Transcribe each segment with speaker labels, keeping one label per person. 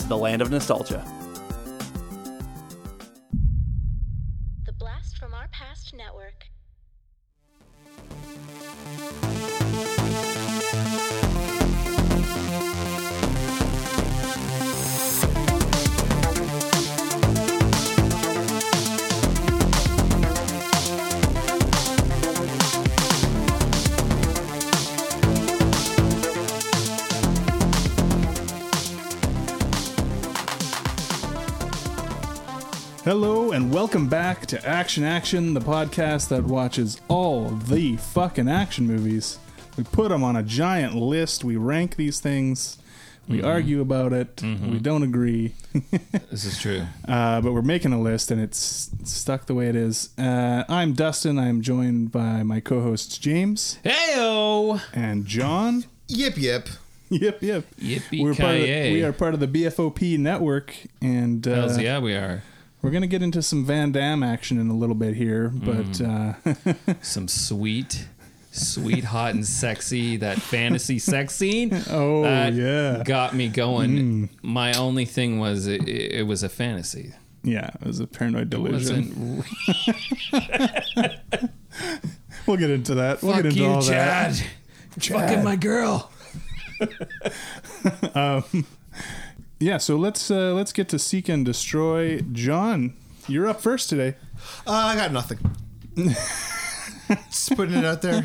Speaker 1: to the land of nostalgia.
Speaker 2: The Blast from Our Past Network.
Speaker 3: Hello and welcome back to Action Action, the podcast that watches all the fucking action movies. We put them on a giant list. We rank these things. We
Speaker 4: Mm-hmm.
Speaker 3: argue about it. We don't agree.
Speaker 4: This is true.
Speaker 3: Uh, but we're making a list and it's stuck the way it is. Uh, I'm Dustin. I'm joined by my co hosts James
Speaker 4: Heyo!
Speaker 3: and John.
Speaker 5: Yip yip.
Speaker 3: Yep, yep.
Speaker 4: Yippee
Speaker 3: We're part of the,
Speaker 4: ki-yay.
Speaker 3: we are part of the BFOP network and uh,
Speaker 4: Hells yeah, we are.
Speaker 3: we're going to get into some Van Damme action in a little bit here. But.
Speaker 4: Mm.
Speaker 3: Uh,
Speaker 4: Some sweet, sweet, hot, and sexy, that fantasy sex scene.
Speaker 3: Oh
Speaker 4: that
Speaker 3: yeah, Hmm.
Speaker 4: Got me going. My only thing was it, it was a fantasy.
Speaker 3: yeah. It was a paranoid delusion.
Speaker 4: Wasn't
Speaker 3: We'll get into that. We'll
Speaker 4: fuck
Speaker 3: get into
Speaker 4: you,
Speaker 3: all
Speaker 4: Chad.
Speaker 3: that.
Speaker 4: Fucking my girl.
Speaker 3: Yeah. So let's uh, let's get to seek and destroy. John, you're up first today.
Speaker 5: Uh, I got nothing. Just putting it out there.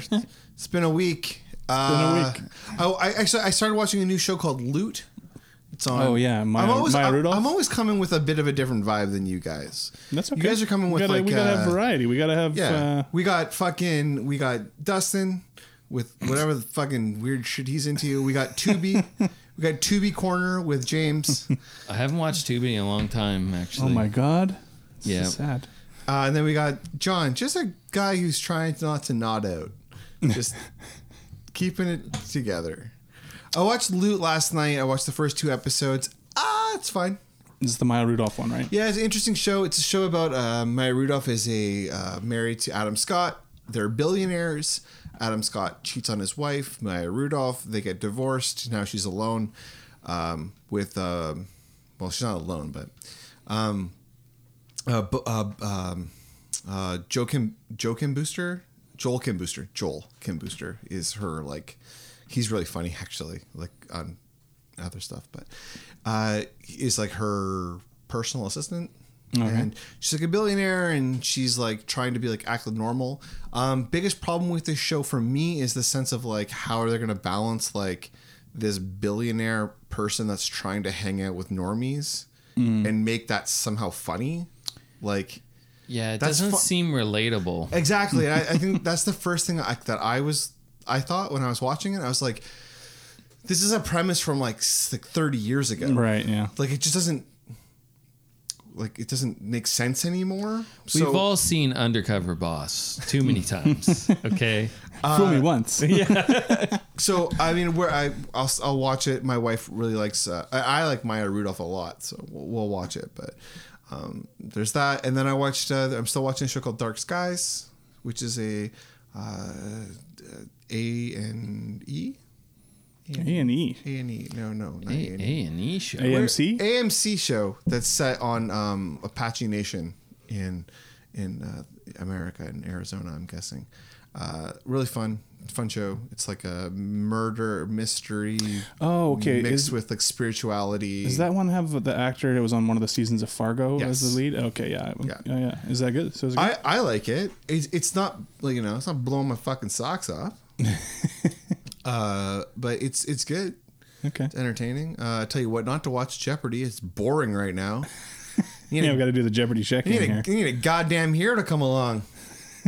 Speaker 5: It's been a week. Uh,
Speaker 3: Been a
Speaker 5: Oh, I actually I started watching a new show called Loot. It's on.
Speaker 3: Oh, yeah, Maya-
Speaker 5: I'm always
Speaker 3: Maya
Speaker 5: I'm-
Speaker 3: Rudolph?
Speaker 5: I'm always coming with a bit of a different vibe than you guys.
Speaker 3: That's okay.
Speaker 5: You guys are coming with
Speaker 3: we gotta,
Speaker 5: like
Speaker 3: we gotta
Speaker 5: uh,
Speaker 3: have variety. We gotta have
Speaker 5: Yeah,
Speaker 3: uh,
Speaker 5: we got fucking we got Dustin with whatever the fucking weird shit he's into. We got Tubi. we got Tubi corner with James, uh,
Speaker 4: I haven't watched Tubi in a long time, actually.
Speaker 3: oh my god. This
Speaker 4: Yeah.
Speaker 3: is sad.
Speaker 5: Uh, and then we got John, just a guy who's trying not to nod out, just keeping it together. I watched Loot last night. I watched the first two episodes. Ah, it's fine.
Speaker 3: This is the Maya Rudolph one, right?
Speaker 5: Yeah, it's an interesting show. It's a show about uh, Maya Rudolph is a uh, married to Adam Scott. They're billionaires. Adam Scott cheats on his wife, Maya Rudolph. They get divorced. Now she's alone um, with, um well, she's not alone, but um, uh, bu- uh, um, uh, Joe Kim, Joe Kim Booster, Joel Kim Booster, Joel Kim Booster is her like. He's really funny actually, like on other stuff, but uh, is like her personal assistant. And she's like a billionaire, and she's like trying to be like act normal. Um, biggest problem with this show for me is the sense of like how are they going to balance like this billionaire person that's trying to hang out with normies and make that somehow funny. Like
Speaker 4: Yeah, it
Speaker 5: That's
Speaker 4: doesn't
Speaker 5: fu-
Speaker 4: seem relatable.
Speaker 5: exactly, and I, I think that's the first thing I, that I was I thought when I was watching it. I was like, this is a premise from like s- like thirty years ago,
Speaker 3: Right. Yeah.
Speaker 5: Like it just doesn't like it doesn't make sense anymore.
Speaker 4: We've
Speaker 5: So
Speaker 4: all seen Undercover Boss too many times. Okay.
Speaker 5: Uh,
Speaker 3: Fool me once.
Speaker 5: so I mean, where I I'll, I'll watch it. My wife really likes. Uh, I, I like Maya Rudolph a lot, so we'll, we'll watch it. But um, there's that, and then I watched. Uh, I'm still watching a show called Dark Skies, which is a uh, A and E.
Speaker 3: A and E.
Speaker 5: A and E. No, no, not
Speaker 4: A
Speaker 5: A and E.
Speaker 4: and E show.
Speaker 3: AMC.
Speaker 5: AMC show that's set on um, Apache Nation in in uh, America in Arizona. I'm guessing. Uh, really fun, fun show. It's like a murder mystery.
Speaker 3: Oh, okay.
Speaker 5: Mixed
Speaker 3: Is-
Speaker 5: with like spirituality.
Speaker 3: Does that one have the actor that was on one of the seasons of Fargo
Speaker 5: Yes.
Speaker 3: as the lead? Okay, yeah.
Speaker 5: Yeah.
Speaker 3: yeah, Is that good? So is it good?
Speaker 5: I, I like it. It's it's not like you know it's not blowing my fucking socks off. uh, but it's it's good.
Speaker 3: okay.
Speaker 5: It's entertaining. Uh, I tell you what, not to watch Jeopardy. It's boring right now. You
Speaker 3: Yeah,
Speaker 5: need,
Speaker 3: we got to do the Jeopardy check in
Speaker 5: a, you,
Speaker 3: here.
Speaker 5: need a, you need a goddamn hero to come along.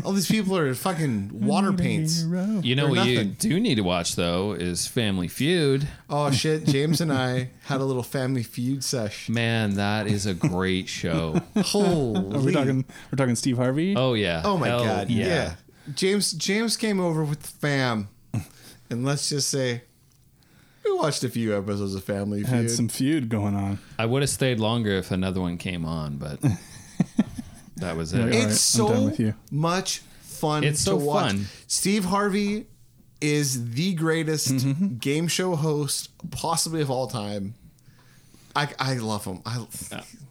Speaker 5: All these people are fucking water paints.
Speaker 4: You know
Speaker 5: Or
Speaker 4: what you
Speaker 5: nothing.
Speaker 4: do need to watch though is Family Feud.
Speaker 5: Oh shit! James and I had a little family feud sesh.
Speaker 4: Man, that is a great show.
Speaker 5: Holy!
Speaker 3: Are we talking? Oh, We're talking Steve Harvey.
Speaker 4: Oh yeah.
Speaker 5: Oh my
Speaker 4: Hell
Speaker 5: god! Yeah. James James came over with the fam, and let's just say we watched a few episodes of Family Feud.
Speaker 3: had some feud going on.
Speaker 4: I would have stayed longer if another one came on, but that was it.
Speaker 3: All right, I'm
Speaker 5: it's so
Speaker 3: done with you.
Speaker 5: much fun.
Speaker 4: It's
Speaker 5: to
Speaker 4: so
Speaker 5: watch.
Speaker 4: fun.
Speaker 5: Steve Harvey is the greatest
Speaker 3: Mm-hmm.
Speaker 5: game show host possibly of all time. I, I love him. I,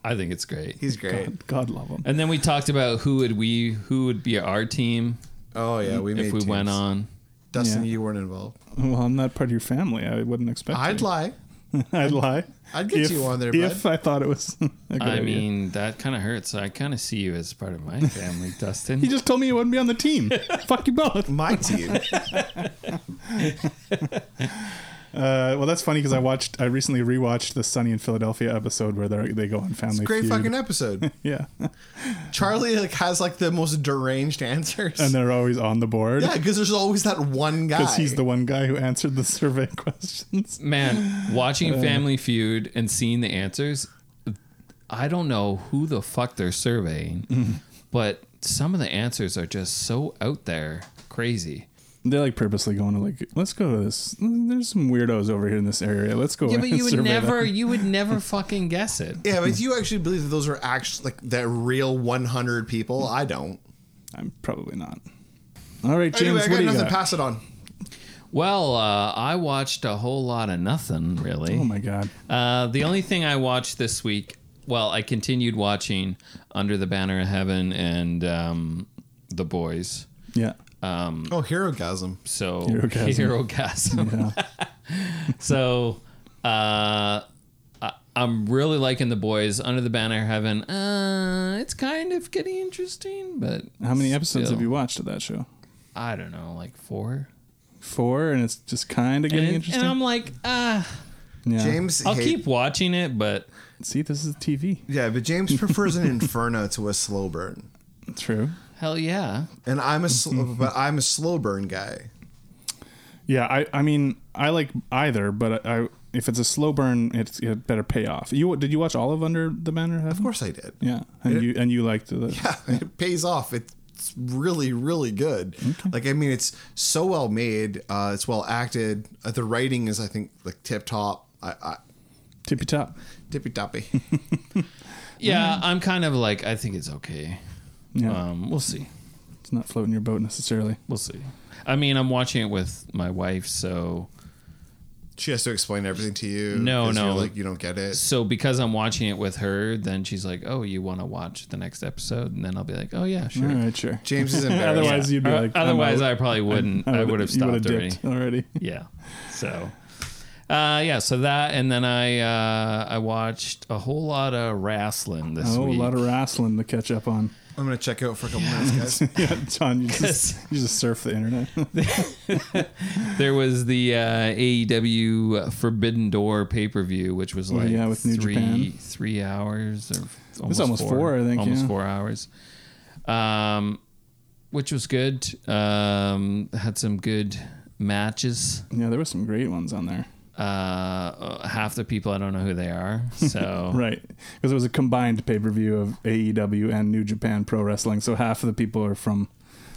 Speaker 4: I think it's great.
Speaker 5: he's great.
Speaker 3: God love him.
Speaker 4: And then we talked about who would we who would be our team
Speaker 5: Oh yeah, we made
Speaker 4: if we
Speaker 5: teams.
Speaker 4: went on.
Speaker 5: Dustin,
Speaker 3: Yeah.
Speaker 5: you weren't involved.
Speaker 3: Well, I'm not part of your family. I wouldn't expect.
Speaker 5: I'd
Speaker 3: you.
Speaker 5: lie.
Speaker 3: I'd lie.
Speaker 5: I'd get
Speaker 3: If-
Speaker 5: you on there,
Speaker 3: if I thought it was. A good
Speaker 4: I
Speaker 3: idea.
Speaker 4: mean, that kind of hurts. I kind of see you as part of my family, Dustin.
Speaker 3: he just told me he wouldn't be on the team. Fuck you both.
Speaker 5: My team.
Speaker 3: Uh, well, that's funny because I watched. I recently rewatched the Sunny in Philadelphia episode where they they go on family.
Speaker 5: Great
Speaker 3: feud.
Speaker 5: fucking episode.
Speaker 3: Yeah,
Speaker 5: Charlie like has like the most deranged answers.
Speaker 3: and they're always on the board
Speaker 5: yeah, because there's always that one guy.
Speaker 3: because he's the one guy who answered the survey questions.
Speaker 4: Man, watching Family Feud and seeing the answers, I don't know who the fuck they're surveying, but some of the answers are just so out there, crazy.
Speaker 3: They're like purposely going to like, let's go to this. There's some weirdos over here in this area. Let's go.
Speaker 4: Yeah, but
Speaker 3: and
Speaker 4: you would
Speaker 3: survey
Speaker 4: never,
Speaker 3: them."
Speaker 4: you would never fucking guess it.
Speaker 5: yeah, but you actually believe that those are actually like the real 100 people? I don't.
Speaker 3: I'm probably not. All right, James.
Speaker 5: Anyway, I
Speaker 3: what
Speaker 5: got
Speaker 3: do you
Speaker 5: nothing.
Speaker 3: got?
Speaker 5: Pass it on.
Speaker 4: Well, uh, I watched a whole lot of nothing, really.
Speaker 3: oh my god.
Speaker 4: Uh, the only thing I watched this week, well, I continued watching Under the Banner of Heaven and um, The Boys.
Speaker 3: Yeah.
Speaker 5: Oh, hero gasm.
Speaker 4: So
Speaker 3: Herogasm.
Speaker 4: Herogasm.
Speaker 3: Yeah.
Speaker 4: So uh, I, I'm really liking The Boys. Under the Banner of Heaven. Uh, it's kind of getting interesting, but
Speaker 3: How many episodes
Speaker 4: still-
Speaker 3: have you watched of that show?
Speaker 4: I don't know, like four.
Speaker 3: Four, and it's just kind of getting
Speaker 4: And, and
Speaker 3: interesting.
Speaker 4: I'm like, uh,
Speaker 3: yeah.
Speaker 5: James.
Speaker 4: I'll
Speaker 5: hate-
Speaker 4: keep watching it, but
Speaker 3: See, this is TV.
Speaker 5: Yeah, but James prefers an inferno to a slow burn,
Speaker 3: True.
Speaker 4: hell yeah.
Speaker 5: and I'm a sl-
Speaker 4: Mm-hmm.
Speaker 5: but I'm a slow burn guy.
Speaker 3: Yeah, I, I mean, I like either, but I, I if it's a slow burn, it's it better pay off. You did you watch all of Under the Banner? Of
Speaker 5: Of course, I did.
Speaker 3: Yeah, and you and you liked the.
Speaker 5: it pays off. It's really, really good. Like, I mean, it's so well made. Uh, it's well acted. Uh, the writing is, I think, like tip top. I, I
Speaker 3: tippy top.
Speaker 5: tippy toppy.
Speaker 3: Mm-hmm.
Speaker 4: Yeah, I'm kind of like, I think it's okay.
Speaker 3: Yeah,
Speaker 4: Um, we'll see.
Speaker 3: it's not floating your boat necessarily.
Speaker 4: We'll see. I mean, I'm watching it with my wife, so
Speaker 5: she has to explain everything to you.
Speaker 4: No,
Speaker 5: 'cause
Speaker 4: no.
Speaker 5: You're like you don't get it.
Speaker 4: so because I'm watching it with her, then she's like, "Oh, you want to watch the next episode?" And then I'll be like, "Oh yeah, sure."
Speaker 3: All right, sure.
Speaker 5: James is embarrassed.
Speaker 3: Otherwise, you'd be
Speaker 4: Uh,
Speaker 3: like. I'm
Speaker 4: otherwise,
Speaker 3: out.
Speaker 4: I probably wouldn't. I, would have
Speaker 3: you would've
Speaker 4: stopped already.
Speaker 3: dipped already.
Speaker 4: Yeah. So, uh, yeah. So that, and then I uh, I watched a whole lot of wrestling this
Speaker 3: Oh, a
Speaker 4: week.
Speaker 3: lot of wrestling to catch up on.
Speaker 5: I'm gonna check out for a couple minutes, guys.
Speaker 3: Yeah, John, you just, you just surf the internet.
Speaker 4: there was the uh, AEW Forbidden Door pay per view, which was like
Speaker 3: Oh, yeah, with New
Speaker 4: three
Speaker 3: Japan.
Speaker 4: three hours or almost,
Speaker 3: almost four, I think,
Speaker 4: almost
Speaker 3: yeah.
Speaker 4: four hours. Um, which was good. Um, had some good matches.
Speaker 3: yeah, there were some great ones on there.
Speaker 4: Uh, half the people I don't know who they are. So
Speaker 3: Right, because it was a combined pay per view of AEW and New Japan Pro Wrestling, so half of the people are from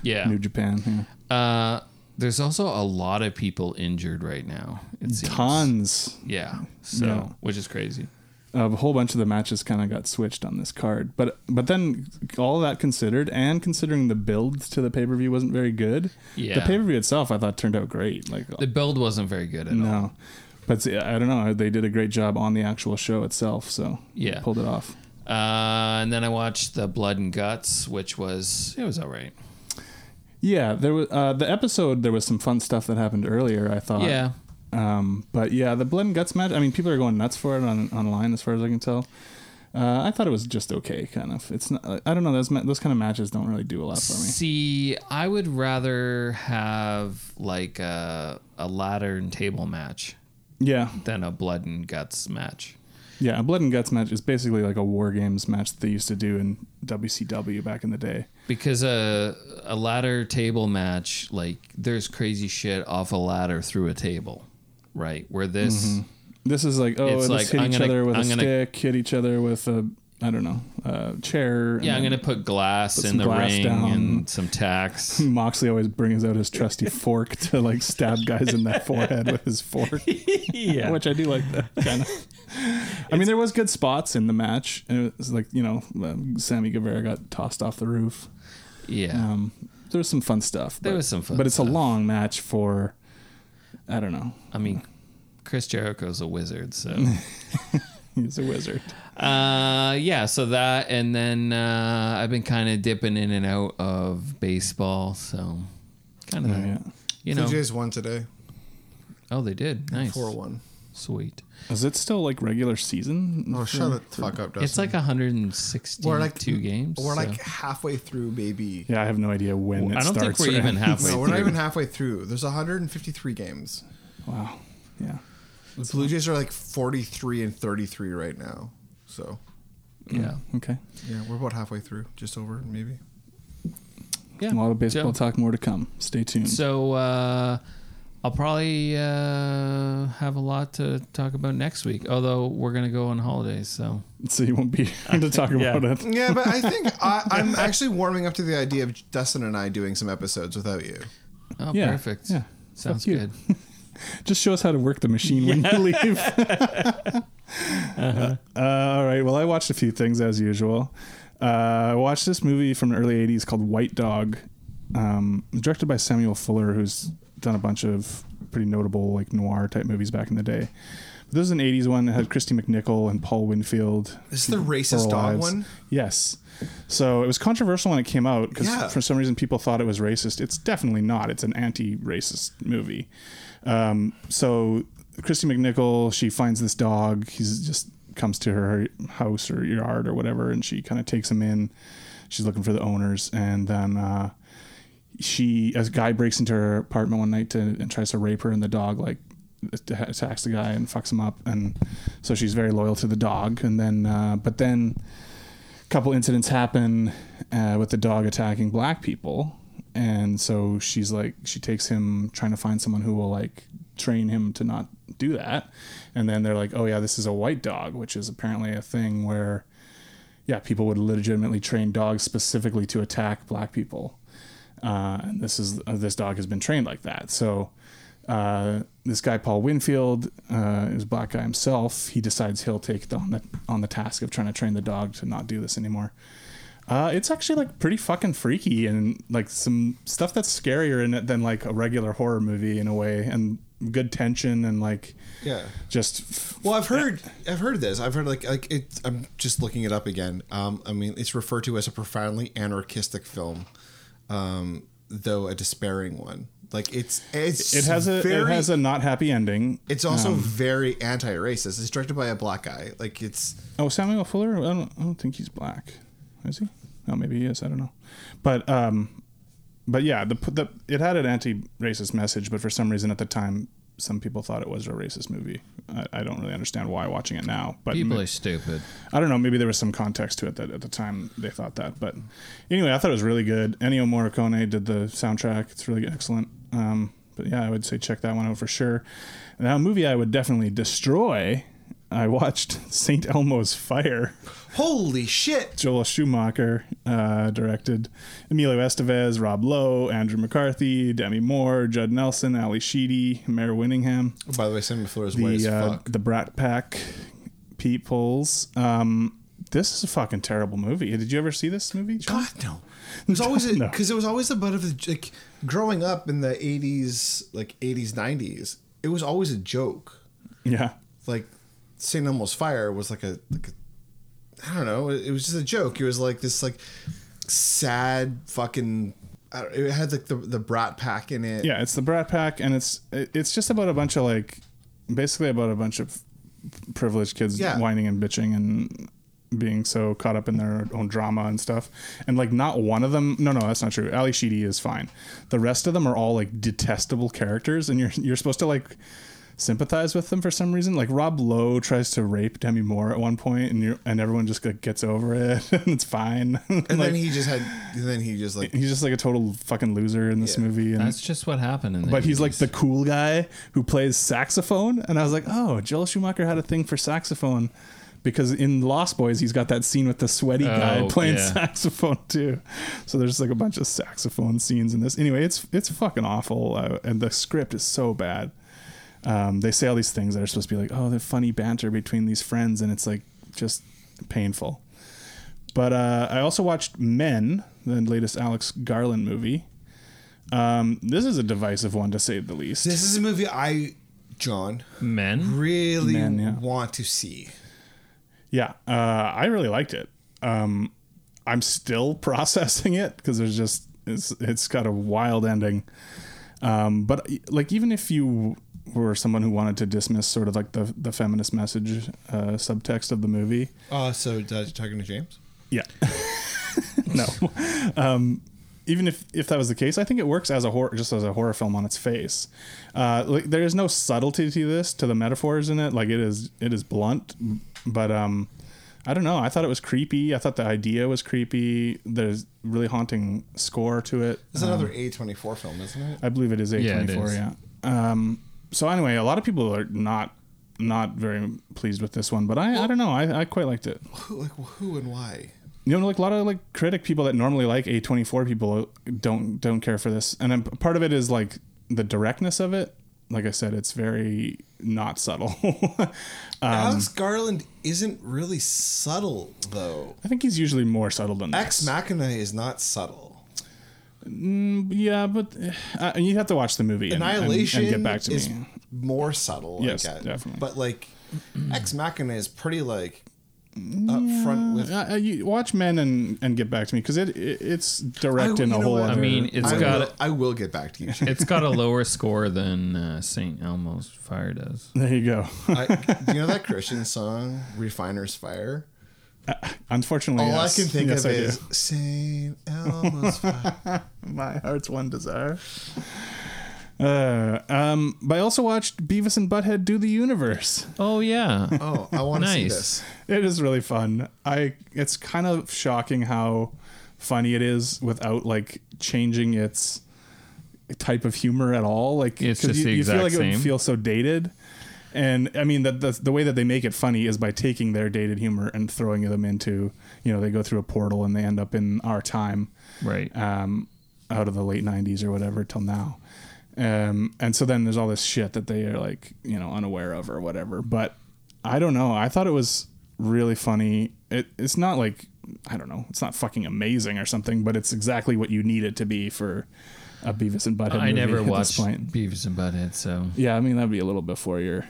Speaker 4: yeah,
Speaker 3: New Japan. Yeah.
Speaker 4: Uh, there's also a lot of people injured right now. It seems.
Speaker 3: Tons.
Speaker 4: Yeah. So,
Speaker 3: Yeah.
Speaker 4: which is crazy.
Speaker 3: a whole bunch of the matches kind of got switched on this card. But but then all that considered, and considering the build to the pay per view wasn't very good, the
Speaker 4: Yeah.
Speaker 3: pay per view itself I thought turned out great. Like
Speaker 4: The build wasn't very good at all.
Speaker 3: no, but see, I don't know. uh, They did a great job on the actual show itself, so
Speaker 4: Yeah.
Speaker 3: pulled it off.
Speaker 4: Uh, and then I watched the Blood and Guts, which was it was all right.
Speaker 3: Yeah, there was uh, the episode. There was some fun stuff that happened earlier. I thought.
Speaker 4: yeah.
Speaker 3: Um, but yeah, the blood and guts match. I mean, people are going nuts for it on online, as far as I can tell. Uh, I thought it was just okay, kind of. It's not. I don't know. Those ma- those kind of matches don't really do a lot for me.
Speaker 4: See, I would rather have like a a ladder and table match
Speaker 3: Yeah,
Speaker 4: than a Blood and Guts match.
Speaker 3: Yeah, a blood and guts match is basically like a war games match that they used to do in WCW back in the day.
Speaker 4: because a a ladder table match like there's crazy shit off a ladder through a table, right? Where this
Speaker 3: This is like oh,
Speaker 4: It's
Speaker 3: let's
Speaker 4: like,
Speaker 3: hit
Speaker 4: I'm
Speaker 3: each
Speaker 4: gonna-
Speaker 3: other with a
Speaker 4: I'm gonna-
Speaker 3: stick, hit each other with a I don't know uh, chair. and
Speaker 4: yeah, I'm
Speaker 3: then
Speaker 4: gonna put glass
Speaker 3: Put
Speaker 4: in
Speaker 3: some
Speaker 4: the
Speaker 3: glass
Speaker 4: ring
Speaker 3: down.
Speaker 4: and some tacks.
Speaker 3: Moxley always brings out his trusty fork to like stab guys in the forehead with his fork.
Speaker 6: Yeah.
Speaker 3: which I do like that kind of. I mean, there was good spots in the match. It was like you know, um, Sammy Guevara got tossed off the roof.
Speaker 4: yeah,
Speaker 3: Um, there was some fun stuff.
Speaker 4: There
Speaker 3: but-
Speaker 4: was some fun
Speaker 3: but it's a
Speaker 4: stuff.
Speaker 3: long match for. I don't know.
Speaker 4: I mean, Chris Jericho's a wizard, so
Speaker 3: He's a wizard.
Speaker 4: uh, yeah. So that, and then uh, I've been kind of dipping in and out of baseball, so kind of,
Speaker 3: Oh, yeah.
Speaker 4: you know.
Speaker 5: Jays won today.
Speaker 4: oh, they did nice,
Speaker 5: Four one.
Speaker 4: sweet.
Speaker 3: Is it still like regular season?
Speaker 5: Oh, shut the fuck up, Dustin.
Speaker 4: It's like 162
Speaker 5: we're like
Speaker 4: games.
Speaker 5: We're
Speaker 4: so-
Speaker 5: like halfway through, baby.
Speaker 3: Yeah, I have no idea when it
Speaker 4: I don't think
Speaker 3: starts.
Speaker 4: we're
Speaker 3: or
Speaker 4: even
Speaker 3: ends.
Speaker 4: halfway.
Speaker 5: No, we're not
Speaker 4: through.
Speaker 5: even halfway through. There's 153 games.
Speaker 3: Wow. Yeah.
Speaker 5: The Blue Jays are like 43 and 33 right now. So
Speaker 4: Yeah.
Speaker 3: Okay.
Speaker 5: yeah, we're about halfway through, just over maybe.
Speaker 3: A
Speaker 4: Yeah.
Speaker 3: lot of baseball
Speaker 4: So-
Speaker 3: talk. More to come. Stay tuned.
Speaker 4: So uh, I'll probably uh, have a lot to talk about next week. Although we're gonna go on holidays, so
Speaker 3: so you won't be here to talk
Speaker 6: Yeah.
Speaker 3: about it.
Speaker 5: Yeah, but I think I, I'm actually warming up to the idea of Dustin and I doing some episodes without you.
Speaker 4: oh,
Speaker 3: Yeah,
Speaker 4: perfect.
Speaker 3: yeah.
Speaker 4: Sounds
Speaker 3: Fuck you.
Speaker 4: good.
Speaker 3: Just show us how to work the machine when you leave. uh, all right. Well, I watched a few things as usual. Uh, I watched this movie from the early 80s called White Dog, um, directed by Samuel Fuller, who's done a bunch of pretty notable like noir type movies back in the day. This is an 80s one that had Christy McNichol and Paul Winfield.
Speaker 5: This is the
Speaker 3: who
Speaker 5: racist
Speaker 3: were
Speaker 5: dog
Speaker 3: alive.
Speaker 5: one?
Speaker 3: Yes. So it was controversial when it came out because
Speaker 5: Yeah.
Speaker 3: for some reason people thought it was racist. It's definitely not. It's an anti-racist movie. Um, so Christy McNichol, she finds this dog. He's just comes to her house or yard or whatever, and she kind of takes him in. She's looking for the owners, and then uh, she a guy breaks into her apartment one night to, and tries to rape her, and the dog like att- attacks the guy and fucks him up, and so she's very loyal to the dog, and then uh, but then couple incidents happen uh, with the dog attacking black people and so she's like she takes him trying to find someone who will like train him to not do that and then they're like oh yeah this is a white dog which is apparently a thing where yeah people would legitimately train dogs specifically to attack black people uh, and this is uh, this dog has been trained like that. So uh, this guy Paul Winfield uh, is a black guy himself. He decides he'll take on the on the task of trying to train the dog to not do this anymore. Uh, it's actually like pretty fucking freaky and like some stuff that's scarier in it than like a regular horror movie in a way, and good tension and like
Speaker 5: Yeah.
Speaker 3: just f-
Speaker 5: Well, I've heard I've heard this. I've heard like like it. I'm just looking it up again. Um, I mean, it's referred to as a profoundly anarchistic film, um, though a despairing one. Like it's it's
Speaker 3: it has a
Speaker 5: very,
Speaker 3: it has a not happy ending.
Speaker 5: it's also very anti-racist. It's directed by a black guy. Like it's
Speaker 3: Oh, Samuel Fuller? I don't, I don't think he's black. Is he? Oh, maybe he is. I don't know. But um, but yeah, the the it had an anti-racist message, but for some reason at the time, some people thought it was a racist movie. I, I don't really understand why watching it now. But
Speaker 4: People
Speaker 3: ma-
Speaker 4: are stupid.
Speaker 3: I don't know. Maybe there was some context to it that at the time they thought that. But anyway, I thought it was really good. Ennio Morricone did the soundtrack. It's really excellent. Um, but yeah, I would say check that one out for sure. Now, a movie I would definitely destroy. I watched St. Elmo's Fire.
Speaker 5: holy shit.
Speaker 3: Joel Schumacher uh, directed. Emilio Estevez, Rob Lowe, Andrew McCarthy, Demi Moore, Judd Nelson, Ali Sheedy, Mayor Winningham
Speaker 5: By the way, Sam Fleur is white as
Speaker 3: the uh,
Speaker 5: fuck.
Speaker 3: the Brat Pack peoples. Um, this is a fucking terrible movie. Did you ever see this movie? John?
Speaker 5: God no. There's always
Speaker 3: No.
Speaker 5: because it was always a bit of a like growing up in the '80s, like '80s '90s. It was always a joke.
Speaker 3: Yeah,
Speaker 5: like St. Elmo's Fire was like a, like a I don't know, it it was just a joke. It was like this like sad fucking I don't, it had like the the brat pack in it.
Speaker 3: yeah. It's the Brat Pack, and it's it- it's just about a bunch of like, basically about a bunch of privileged kids
Speaker 5: Yeah.
Speaker 3: whining and bitching and being so caught up in their own drama and stuff. And like, not one of them. No, no, that's not true. Ali Sheedy is fine. The rest of them are all like detestable characters, and you're you're supposed to like sympathize with them for some reason. Like Rob Lowe tries to rape Demi Moore at one point, and you and everyone just like, gets over it, and it's fine.
Speaker 5: And
Speaker 3: like,
Speaker 5: then he just had. And then he just like.
Speaker 3: he's just like a total fucking loser in this
Speaker 5: Yeah.
Speaker 3: movie, and
Speaker 4: That's just what happened. In the
Speaker 3: but he's like
Speaker 4: 80s.
Speaker 3: the cool guy who plays saxophone and i was like oh joel schumacher had a thing for saxophone because in lost boys he's got that scene with the sweaty guy
Speaker 4: Oh,
Speaker 3: playing
Speaker 4: yeah.
Speaker 3: saxophone too so there's like a bunch of saxophone scenes in this anyway it's it's fucking awful uh, and the script is so bad um, they say all these things that are supposed to be like oh the funny banter between these friends and it's like just painful but uh, i also watched men the latest alex garland movie um, this is a divisive one to say the least.
Speaker 5: This is a movie I, John,
Speaker 4: men.
Speaker 5: really
Speaker 3: Man, yeah.
Speaker 5: want to see.
Speaker 3: Yeah, uh, I really liked it. Um, I'm still processing it because there's just it's it's got a wild ending. Um, but like even if you were someone who wanted to dismiss sort of like the the feminist message uh, subtext of the movie,
Speaker 5: Oh, so uh, talking to James.
Speaker 3: yeah, no. Um, even if, if that was the case, I think it works as a horror, just as a horror film on its face. Uh, like, there is no subtlety to this, to the metaphors in it. Like it is, it is blunt, but um, I don't know. I thought it was creepy. I thought the idea was creepy. There's really haunting score to it.
Speaker 5: It's another A twenty four film, isn't it?
Speaker 3: I believe it is A
Speaker 4: Yeah,
Speaker 3: twenty
Speaker 4: it
Speaker 3: four.
Speaker 4: is.
Speaker 3: Yeah. Um, so anyway, a lot of people are not not very pleased with this one, but I, I don't know. I, I quite liked it
Speaker 5: Who, like who and why?
Speaker 3: you know like a lot of like critic people that normally like a24 people don't don't care for this and then part of it is like the directness of it like i said it's very not subtle Uh,
Speaker 5: Alex
Speaker 3: Um,
Speaker 5: Garland isn't really subtle though.
Speaker 3: i think he's usually more subtle than this.
Speaker 5: Ex Machina is not subtle.
Speaker 3: yeah but uh, and you have to watch the movie and- and-
Speaker 5: Annihilation
Speaker 3: and, get back to
Speaker 5: is
Speaker 3: me
Speaker 5: more subtle.
Speaker 3: Yes,
Speaker 5: I get.
Speaker 3: definitely.
Speaker 5: But like, Ex Machina is pretty like up front with.
Speaker 3: uh, uh, you watch men and and get back to me because it, it it's
Speaker 5: Oh,
Speaker 3: direct in a whole other
Speaker 4: I mean, it's
Speaker 5: it's I
Speaker 4: got-
Speaker 5: Will, I will get back to you. Shane.
Speaker 4: It's got a lower score than uh, St. Elmo's Fire does.
Speaker 3: there you go
Speaker 5: I, do you know that Christian song, "Refiner's Fire"?
Speaker 3: unfortunately
Speaker 5: All
Speaker 3: yes.
Speaker 5: I can think
Speaker 3: Yes,
Speaker 5: of
Speaker 3: I do.
Speaker 5: is Saint Elmo's Fire.
Speaker 3: my heart's one desire. Uh, um, but I also watched Beavis and Butthead do the universe.
Speaker 4: Oh yeah.
Speaker 5: Oh, I want to see
Speaker 4: Nice.
Speaker 5: this.
Speaker 3: It is really fun. I it's kind of shocking how funny it is without like changing its type of humor at all. Like
Speaker 4: It's
Speaker 3: 'cause
Speaker 4: just
Speaker 3: you,
Speaker 4: the
Speaker 3: you
Speaker 4: exact
Speaker 3: feel like it
Speaker 4: same.
Speaker 3: would feel so dated. And I mean that the, the way that they make it funny is by taking their dated humor and throwing them into you know they go through a portal and they end up in our time.
Speaker 4: Right.
Speaker 3: um, out of the late 90s or whatever till now. Um, and so then there's all this shit that they are like, you know, unaware of or whatever. But I don't know. I thought it was really funny. It, it's not like, I don't know, it's not fucking amazing or something, but it's exactly what you need it to be for a Beavis and Butthead
Speaker 4: I
Speaker 3: movie
Speaker 4: never
Speaker 3: at this
Speaker 4: watched
Speaker 3: point.
Speaker 4: Beavis and Butthead, so
Speaker 3: Yeah, I mean, that'd be a little before your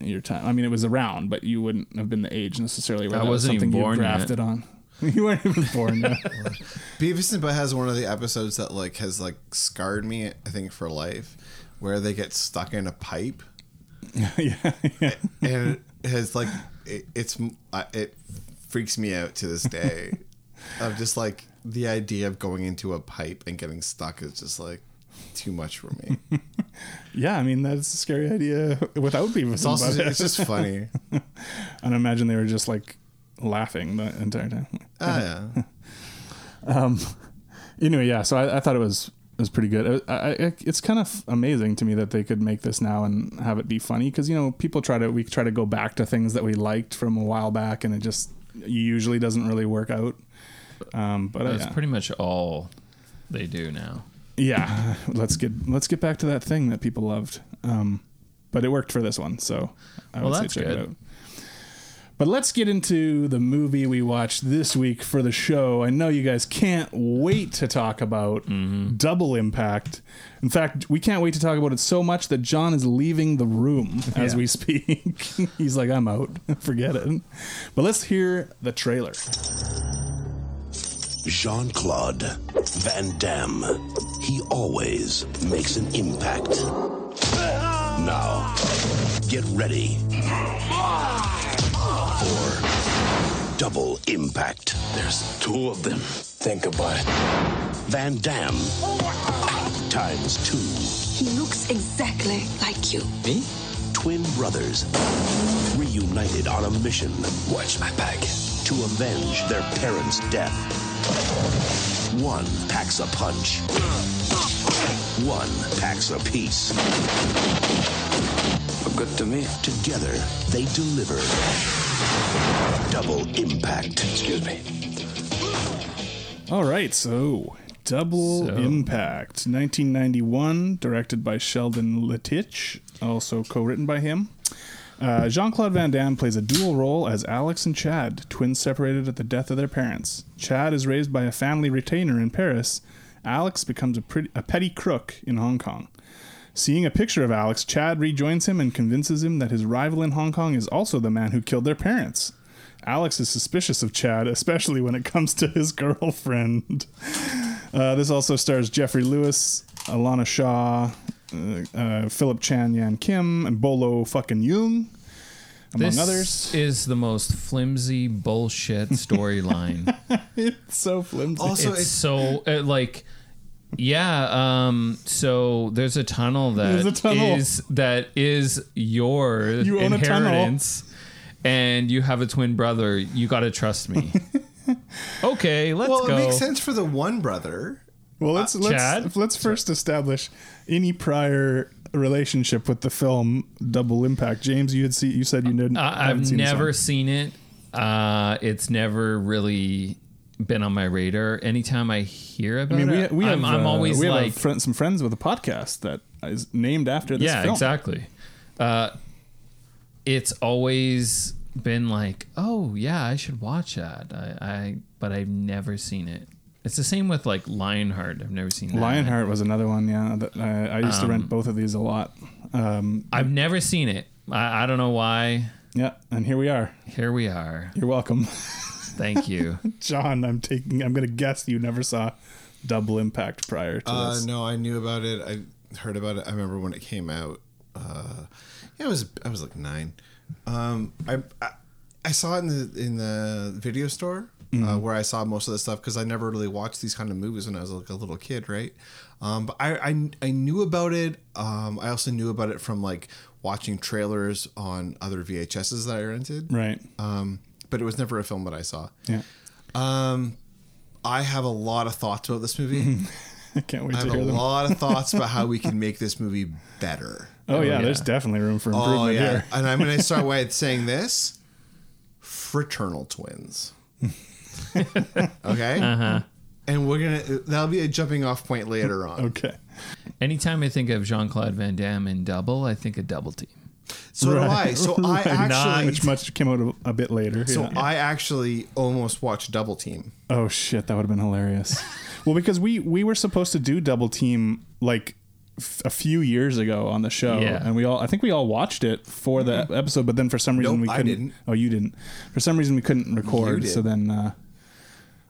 Speaker 3: your time. I mean, it was around, but you wouldn't have been the age necessarily where
Speaker 4: I
Speaker 3: that was
Speaker 4: wasn't even
Speaker 3: something
Speaker 4: born
Speaker 3: you
Speaker 4: yet.
Speaker 3: grafted on. You weren't even born yet.
Speaker 5: Beavis and Butt has one of the episodes that like has like scarred me, I think, for life, where they get stuck in a pipe
Speaker 3: yeah, yeah.
Speaker 5: and it has like it, it's I- it freaks me out to this day of just like the idea of going into a pipe and getting stuck is just like too much for me.
Speaker 3: Yeah, I mean that's a scary idea without Beavis
Speaker 5: It's also
Speaker 3: and Butthead.
Speaker 5: it's just funny.
Speaker 3: and I imagine they were just like laughing the entire time.
Speaker 5: Ah, yeah.
Speaker 3: Anyway, yeah. So I, I thought it was it was pretty good. I, I, I- it's kind of amazing to me that they could make this now and have it be funny because you know people try to we try to go back to things that we liked from a while back and it just usually doesn't really work out. Um, but
Speaker 4: that's
Speaker 3: yeah.
Speaker 4: pretty much all they do now.
Speaker 3: yeah, let's get let's get back to that thing that people loved. Um, but it worked for this one, so I
Speaker 4: Well,
Speaker 3: would
Speaker 4: that's
Speaker 3: say check
Speaker 4: good.
Speaker 3: it out. But let's get into the movie we watched this week for the show. I know you guys can't wait to talk about
Speaker 4: Mm-hmm.
Speaker 3: Double Impact. In fact, we can't wait to talk about it so much that John is leaving the room as we speak. He's like, I'm out. Forget it. But let's hear the trailer.
Speaker 7: Jean Claude Van Damme. He always makes an impact. Now, get ready for double impact. There's two of them. Think about it. Van Damme times two.
Speaker 8: He looks exactly like you.
Speaker 7: Tw- twin brothers, reunited on a mission. Watch my back. To avenge their parents' death. One packs a punch. One packs a piece. Good to me. Together, they deliver. Double impact. Excuse me.
Speaker 3: All right, so Double
Speaker 4: So-
Speaker 3: Impact, 1991, directed by Sheldon Letich, also co-written by him. Uh, Jean-Claude Van Damme plays a dual role as Alex and Chad, twins separated at the death of their parents. Chad is raised by a family retainer in Paris. Alex becomes a, pretty, a petty crook in Hong Kong. Seeing a picture of Alex, Chad rejoins him and convinces him that his rival in Hong Kong is also the man who killed their parents. Alex is suspicious of Chad, especially when it comes to his girlfriend. Uh, this also stars Jeffrey Lewis, Alana Shaw, uh, uh, Philip Chan Yan Kim, and Bolo fucking Jung, among
Speaker 4: this
Speaker 3: others.
Speaker 4: is the most flimsy bullshit storyline.
Speaker 3: It's so flimsy.
Speaker 5: Also,
Speaker 4: it's
Speaker 5: it's,
Speaker 4: so uh, like yeah um so there's a tunnel that is
Speaker 3: There's a tunnel.
Speaker 4: that is your
Speaker 3: You own a tunnel.
Speaker 4: inheritance and you have a twin brother you got to trust me okay let's
Speaker 5: well,
Speaker 4: go
Speaker 5: it makes sense for the one brother.
Speaker 3: well, let's let's
Speaker 4: Uh, Chad?
Speaker 3: let's first establish any prior relationship with the film Double Impact. James, you had see you said you didn't.
Speaker 4: I,
Speaker 3: haven't
Speaker 4: Uh, i've
Speaker 3: seen this
Speaker 4: never
Speaker 3: one.
Speaker 4: seen it uh it's never really been on my radar anytime i hear about
Speaker 3: I mean, we,
Speaker 4: it
Speaker 3: we have,
Speaker 4: i'm, I'm
Speaker 3: uh,
Speaker 4: always
Speaker 3: we have a
Speaker 4: like
Speaker 3: friend- some friends with a podcast that is named after this
Speaker 4: yeah
Speaker 3: film.
Speaker 4: exactly uh, it's always been like oh yeah i should watch that I, I but i've never seen it it's the same with like lionheart i've never seen that.
Speaker 3: Lionheart was another one, yeah. That I, I used to rent both of these a lot. Um,
Speaker 4: i've never seen it I, I don't know why
Speaker 3: yeah, and here we are.
Speaker 4: here we are
Speaker 3: You're welcome.
Speaker 4: thank you
Speaker 3: John, I'm taking. I'm gonna guess you never saw Double Impact prior to
Speaker 5: Uh,
Speaker 3: this.
Speaker 5: no, I knew about it. I heard about it. I remember when it came out. Uh, yeah, I was I was like nine. Um, I, I I saw it in the in the video store uh, where I saw most of the stuff because I never really watched these kind of movies when I was like a little kid, right? Um, but I, I I knew about it. Um, I also knew about it from like watching trailers on other VHSs that I rented.
Speaker 3: Right.
Speaker 5: Um, but it was never a film that I saw.
Speaker 3: yeah.
Speaker 5: I have a lot of thoughts about this movie.
Speaker 3: I can't wait
Speaker 5: I
Speaker 3: to
Speaker 5: have
Speaker 3: hear
Speaker 5: a
Speaker 3: them.
Speaker 5: lot of thoughts about how we can make this movie better.
Speaker 3: Oh yeah,
Speaker 4: yeah.
Speaker 3: there's definitely room for improvement
Speaker 5: Oh yeah,
Speaker 3: here.
Speaker 5: and I'm going to start by saying this: fraternal twins. okay. And we're gonna that'll be a jumping off point later on.
Speaker 3: Okay.
Speaker 4: anytime i think of jean-claude van damme in double i think of double team
Speaker 5: So do I. So I
Speaker 3: Right.
Speaker 5: actually,
Speaker 3: which much came out a, a bit later.
Speaker 5: so
Speaker 3: yeah.
Speaker 5: I actually almost watched Double Team.
Speaker 3: Oh shit, that would have been hilarious. well, because we we were supposed to do double team like f- a few years ago on the show,
Speaker 4: Yeah.
Speaker 3: and we all I think we all watched it for the episode, but then for some reason
Speaker 5: Mm-hmm. Nope,
Speaker 3: we
Speaker 5: I
Speaker 3: couldn't.
Speaker 5: didn't.
Speaker 3: Oh, you didn't. For some reason we couldn't record,
Speaker 5: did.
Speaker 3: so then uh,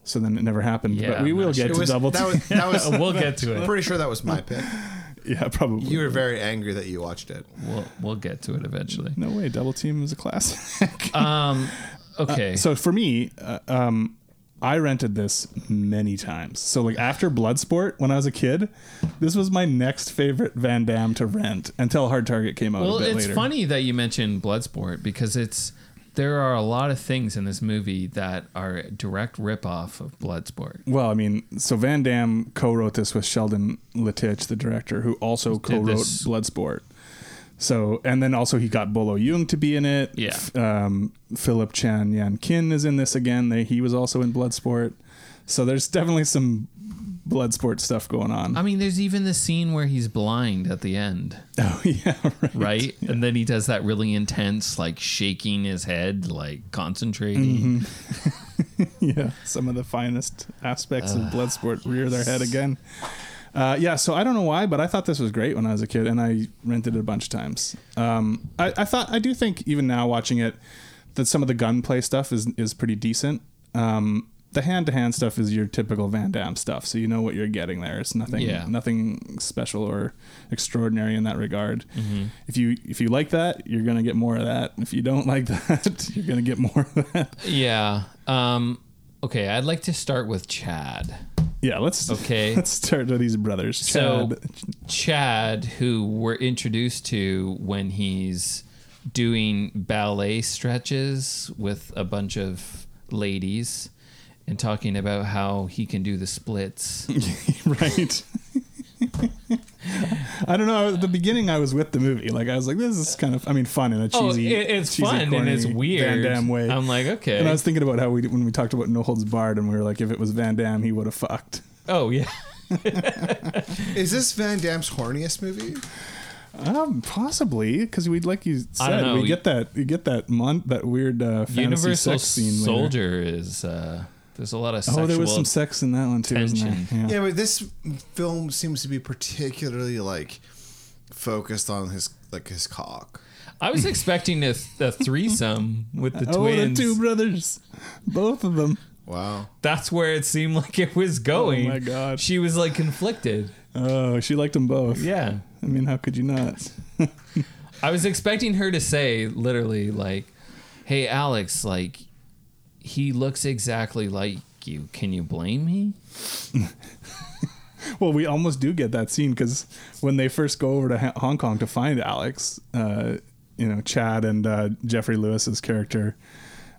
Speaker 3: so then it never happened.
Speaker 4: Yeah,
Speaker 3: but we
Speaker 4: I'm
Speaker 3: will
Speaker 4: not
Speaker 3: get
Speaker 4: sure.
Speaker 5: It
Speaker 3: to
Speaker 5: was
Speaker 3: double
Speaker 5: that
Speaker 3: team.
Speaker 5: was, that was
Speaker 4: we'll get to
Speaker 5: I'm
Speaker 4: it
Speaker 5: pretty sure that was my pick.
Speaker 3: yeah, probably.
Speaker 5: You were very angry that you watched it.
Speaker 4: we'll, we'll get to it eventually Um,
Speaker 3: no way, double team is a classic.
Speaker 4: okay
Speaker 3: so for me, uh, um, I rented this many times. So like after Bloodsport, when I was a kid, this was my next favorite Van Damme to rent until Hard Target came out.
Speaker 4: Well,
Speaker 3: a bit
Speaker 4: it's
Speaker 3: later.
Speaker 4: funny that you mentioned Bloodsport because it's there are a lot of things in this movie that are a direct ripoff of Bloodsport.
Speaker 3: Well, I mean, so Van Damme co-wrote this with Sheldon Letich, the director, who also co-wrote
Speaker 4: this-
Speaker 3: Bloodsport. So, and then also he got Bolo Jung to be in it.
Speaker 4: Yeah.
Speaker 3: F- um, Philip Chan Yan Kin is in this again. They, he was also in Bloodsport. So there's definitely some Bloodsport stuff going on.
Speaker 4: I mean, there's even the scene where he's blind at the end,
Speaker 3: oh yeah, right.
Speaker 4: right? And then he does that really intense, like shaking his head, like concentrating.
Speaker 3: yeah, some of the finest aspects of Bloodsport rear their head again. Uh, yeah, so I don't know why, but I thought this was great when I was a kid, and I rented it a bunch of times. Um, I, I thought I do think even now watching it that some of the gunplay stuff is is pretty decent. Um, the hand to hand stuff is your typical Van Damme stuff, so you know what you're getting there. It's nothing
Speaker 4: Yeah.
Speaker 3: nothing special or extraordinary in that regard. If you if you like that, you're gonna get more of that. If you don't like that, you're gonna get more of that.
Speaker 4: Yeah. Um, okay, I'd like to start with Chad.
Speaker 3: Yeah, let's
Speaker 4: Okay.
Speaker 3: Let's start with these brothers.
Speaker 4: So-
Speaker 3: Chad.
Speaker 4: Chad, who we're introduced to when he's doing ballet stretches with a bunch of ladies and talking about how he can do the splits.
Speaker 3: right. I don't know. At the beginning, I was with the movie. Like I was like, "This is kind of, I mean, fun in a cheesy,
Speaker 4: oh, it- it's
Speaker 3: cheesy,
Speaker 4: fun and it's
Speaker 3: corny Van
Speaker 4: weird.
Speaker 3: Damme way."
Speaker 4: I'm like, okay.
Speaker 3: and I was thinking about how we when we talked about No Holds Barred, and we were like, "If it was Van Damme, he would have fucked."
Speaker 4: oh yeah.
Speaker 5: Is this Van Damme's horniest movie?
Speaker 3: Um, possibly because we like you
Speaker 4: I don't
Speaker 3: said,
Speaker 4: know.
Speaker 3: we get that you get that month that weird uh, fantasy
Speaker 4: Universal
Speaker 3: sex scene. later.
Speaker 4: Soldier is uh there's a lot of sexual
Speaker 3: Oh, there was some sex in that one too, wasn't there?
Speaker 4: tension.
Speaker 3: Yeah.
Speaker 5: Yeah, but this film seems to be particularly like focused on his like his cock.
Speaker 4: I was expecting a, a threesome with the
Speaker 3: Oh,
Speaker 4: twins.
Speaker 3: the two brothers, both of them.
Speaker 5: Wow.
Speaker 4: That's where it seemed like it was going.
Speaker 3: Oh, my God.
Speaker 4: She was like conflicted.
Speaker 3: Oh, she liked them both.
Speaker 4: Yeah.
Speaker 3: I mean, how could you not?
Speaker 4: I was expecting her to say literally like, "Hey Alex, like he looks exactly like you. Can you blame me?"
Speaker 3: Well, we almost do get that scene because when they first go over to Ho- Hong Kong to find Alex, uh, you know, Chad and uh, Jeffrey Lewis's character,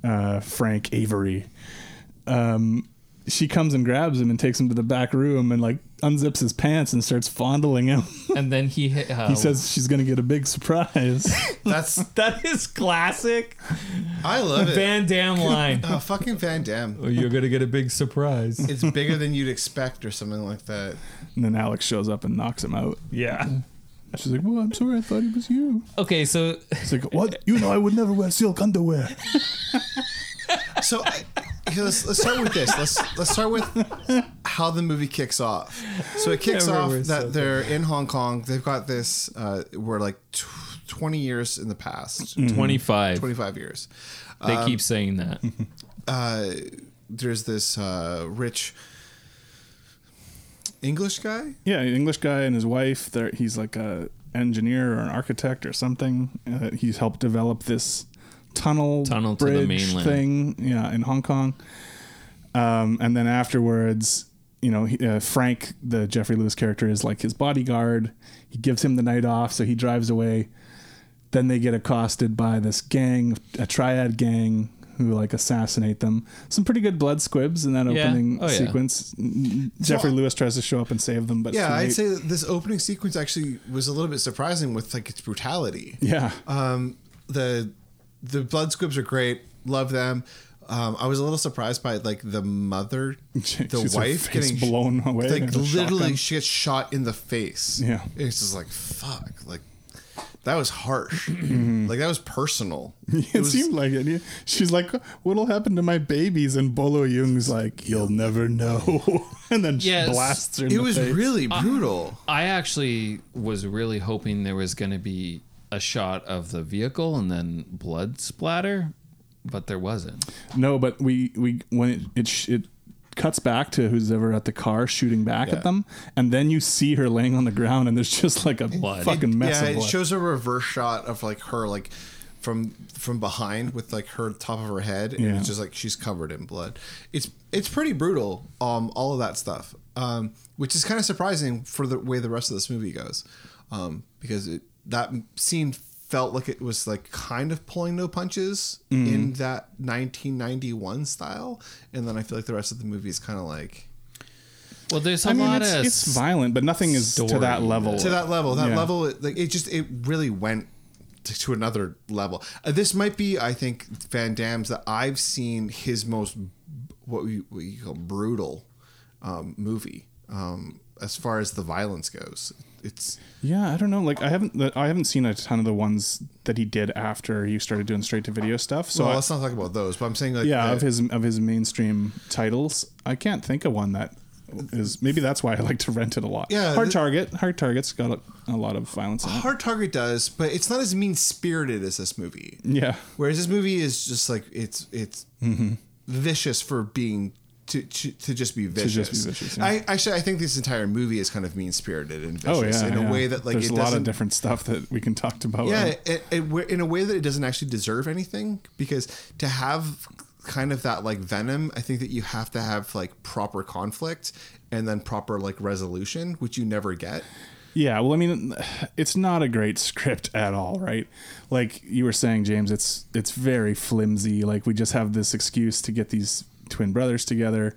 Speaker 3: uh, Frank Avery, um, she comes and grabs him and takes him to the back room and like unzips his pants and starts fondling him.
Speaker 4: And then he hit- uh,
Speaker 3: he says she's going to get a big surprise.
Speaker 5: That's
Speaker 4: that is classic
Speaker 5: I love it.
Speaker 4: Van Damme line.
Speaker 5: oh, fucking Van Damme.
Speaker 4: oh, you're going to get a big surprise.
Speaker 5: It's bigger than you'd expect or something like that.
Speaker 3: and then Alex shows up and knocks him out.
Speaker 4: Yeah.
Speaker 3: She's like, "Well, I'm sorry, I thought it was you."
Speaker 4: Okay, so
Speaker 3: It's like, "What? You know, I would never wear silk underwear."
Speaker 5: So I, okay, let's, let's start with this. Let's let's start with how the movie kicks off. So it kicks
Speaker 4: Never
Speaker 5: off
Speaker 4: were
Speaker 5: that
Speaker 4: so
Speaker 5: they're in Hong Kong. They've got this. Uh, we're like tw- twenty years in the past,
Speaker 4: Hmm. 25.
Speaker 5: twenty-five years.
Speaker 4: They keep saying that.
Speaker 5: Uh, there's this uh, rich English guy.
Speaker 3: Yeah, an English guy and his wife. They're, he's like a engineer or an architect or something. Uh, he's helped develop this tunnel
Speaker 4: Tunnel to the
Speaker 3: bridge
Speaker 4: mainland.
Speaker 3: thing. Yeah, in Hong Kong. Um, and then afterwards, you know, he, uh, Frank, the Jeffrey Lewis character, is like his bodyguard. He gives him the night off, so he drives away. Then they get accosted by this gang, a triad gang, who like assassinate them. Some pretty good blood squibs in that
Speaker 4: Yeah.
Speaker 3: opening
Speaker 4: Oh, yeah.
Speaker 3: sequence. Jeffrey Lewis tries to show up and save them, but it's
Speaker 5: Yeah,
Speaker 3: too
Speaker 5: I'd
Speaker 3: late.
Speaker 5: say that this opening sequence actually was a little bit surprising with like its brutality.
Speaker 3: Yeah.
Speaker 5: Um, the the blood squibs are great. Love them. Um, I was a little surprised by like the mother, the
Speaker 3: She's her
Speaker 5: wife
Speaker 3: face
Speaker 5: getting
Speaker 3: blown away
Speaker 5: Like
Speaker 3: with a
Speaker 5: literally,
Speaker 3: shotgun.
Speaker 5: she gets shot in the face.
Speaker 3: Yeah.
Speaker 5: it's just like fuck. Like that was harsh. like that was personal.
Speaker 3: Mm-hmm. It, seemed like it. Yeah. She's like, "What'll happen to my babies?" And Bolo Jung's like, "You'll never know." and then
Speaker 4: Yes.
Speaker 3: she blasts her. In
Speaker 5: It
Speaker 3: the
Speaker 5: was
Speaker 3: face.
Speaker 5: really brutal.
Speaker 4: I actually was really hoping there was going to be a shot of the vehicle and then blood splatter, but there wasn't.
Speaker 3: no, but we we when it it, sh- it cuts back to who's ever at the car shooting back
Speaker 5: Yeah.
Speaker 3: at them, and then you see her laying on the ground, and there's just like a fucking mess
Speaker 5: yeah,
Speaker 3: of
Speaker 5: it
Speaker 3: blood.
Speaker 5: shows a reverse shot of like her like from from behind with like her top of her head, and
Speaker 3: Yeah.
Speaker 5: it's just like she's covered in blood. It's it's pretty brutal. Um, all of that stuff. Um, which is kind of surprising for the way the rest of this movie goes, um, because it that scene felt like it was like kind of pulling no punches
Speaker 3: Mm-hmm.
Speaker 5: in that 1991 style, and then I feel like the rest of the movie is kind of like.
Speaker 4: Well, there's a
Speaker 3: I mean,
Speaker 4: lot
Speaker 3: it's,
Speaker 4: of
Speaker 3: it's violent, but nothing is to
Speaker 4: story
Speaker 3: that level.
Speaker 5: to that level. That
Speaker 3: Yeah.
Speaker 5: level, it- like it just it really went to, to another level. Uh, this might be, I think, Van Damme's that I've seen his most b- what we what you call brutal um, movie um, as far as the violence goes. It's
Speaker 3: Yeah, I don't know. Like I haven't the- I haven't seen a ton of the ones that he did after he started doing straight to video stuff. So
Speaker 5: well,
Speaker 3: I-
Speaker 5: let's not talk about those. But I'm saying like
Speaker 3: yeah
Speaker 5: the-
Speaker 3: of his of his mainstream titles i can't think of one that is maybe that's why i like to rent it a lot
Speaker 5: Yeah,
Speaker 3: hard
Speaker 5: the-
Speaker 3: target hard target's got a, a lot of violence in it.
Speaker 5: Hard Target does, but it's not as mean spirited as this movie.
Speaker 3: yeah
Speaker 5: Whereas this movie is just like it's it's
Speaker 3: Mm-hmm.
Speaker 5: vicious for being to, to to just be vicious.
Speaker 3: just be vicious, yeah.
Speaker 5: I actually I think this entire movie is kind of mean spirited and
Speaker 3: oh
Speaker 5: vicious
Speaker 3: yeah
Speaker 5: in a
Speaker 3: yeah.
Speaker 5: way that like
Speaker 3: there's
Speaker 5: it
Speaker 3: a lot
Speaker 5: doesn't-
Speaker 3: of different stuff that we can talk about Uh,
Speaker 5: Yeah, it, it, in a way that it doesn't actually deserve anything because to have kind of that like venom. I think that you have to have like proper conflict and then proper like resolution, which you never get.
Speaker 3: Yeah, well, I mean, it's not a great script at all, right? Like you were saying, James, it's it's very flimsy. Like we just have this excuse to get these twin brothers together,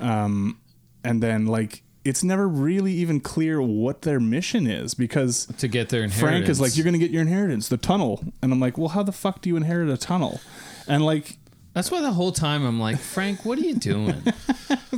Speaker 3: um, and then like it's never really even clear what their mission is because
Speaker 4: to get their inheritance.
Speaker 3: Frank is like, "You're going to get your inheritance, the tunnel," and I'm like, "Well, how the fuck do you inherit a tunnel?" And like,
Speaker 4: That's why the whole time I'm like, Frank, what are you doing?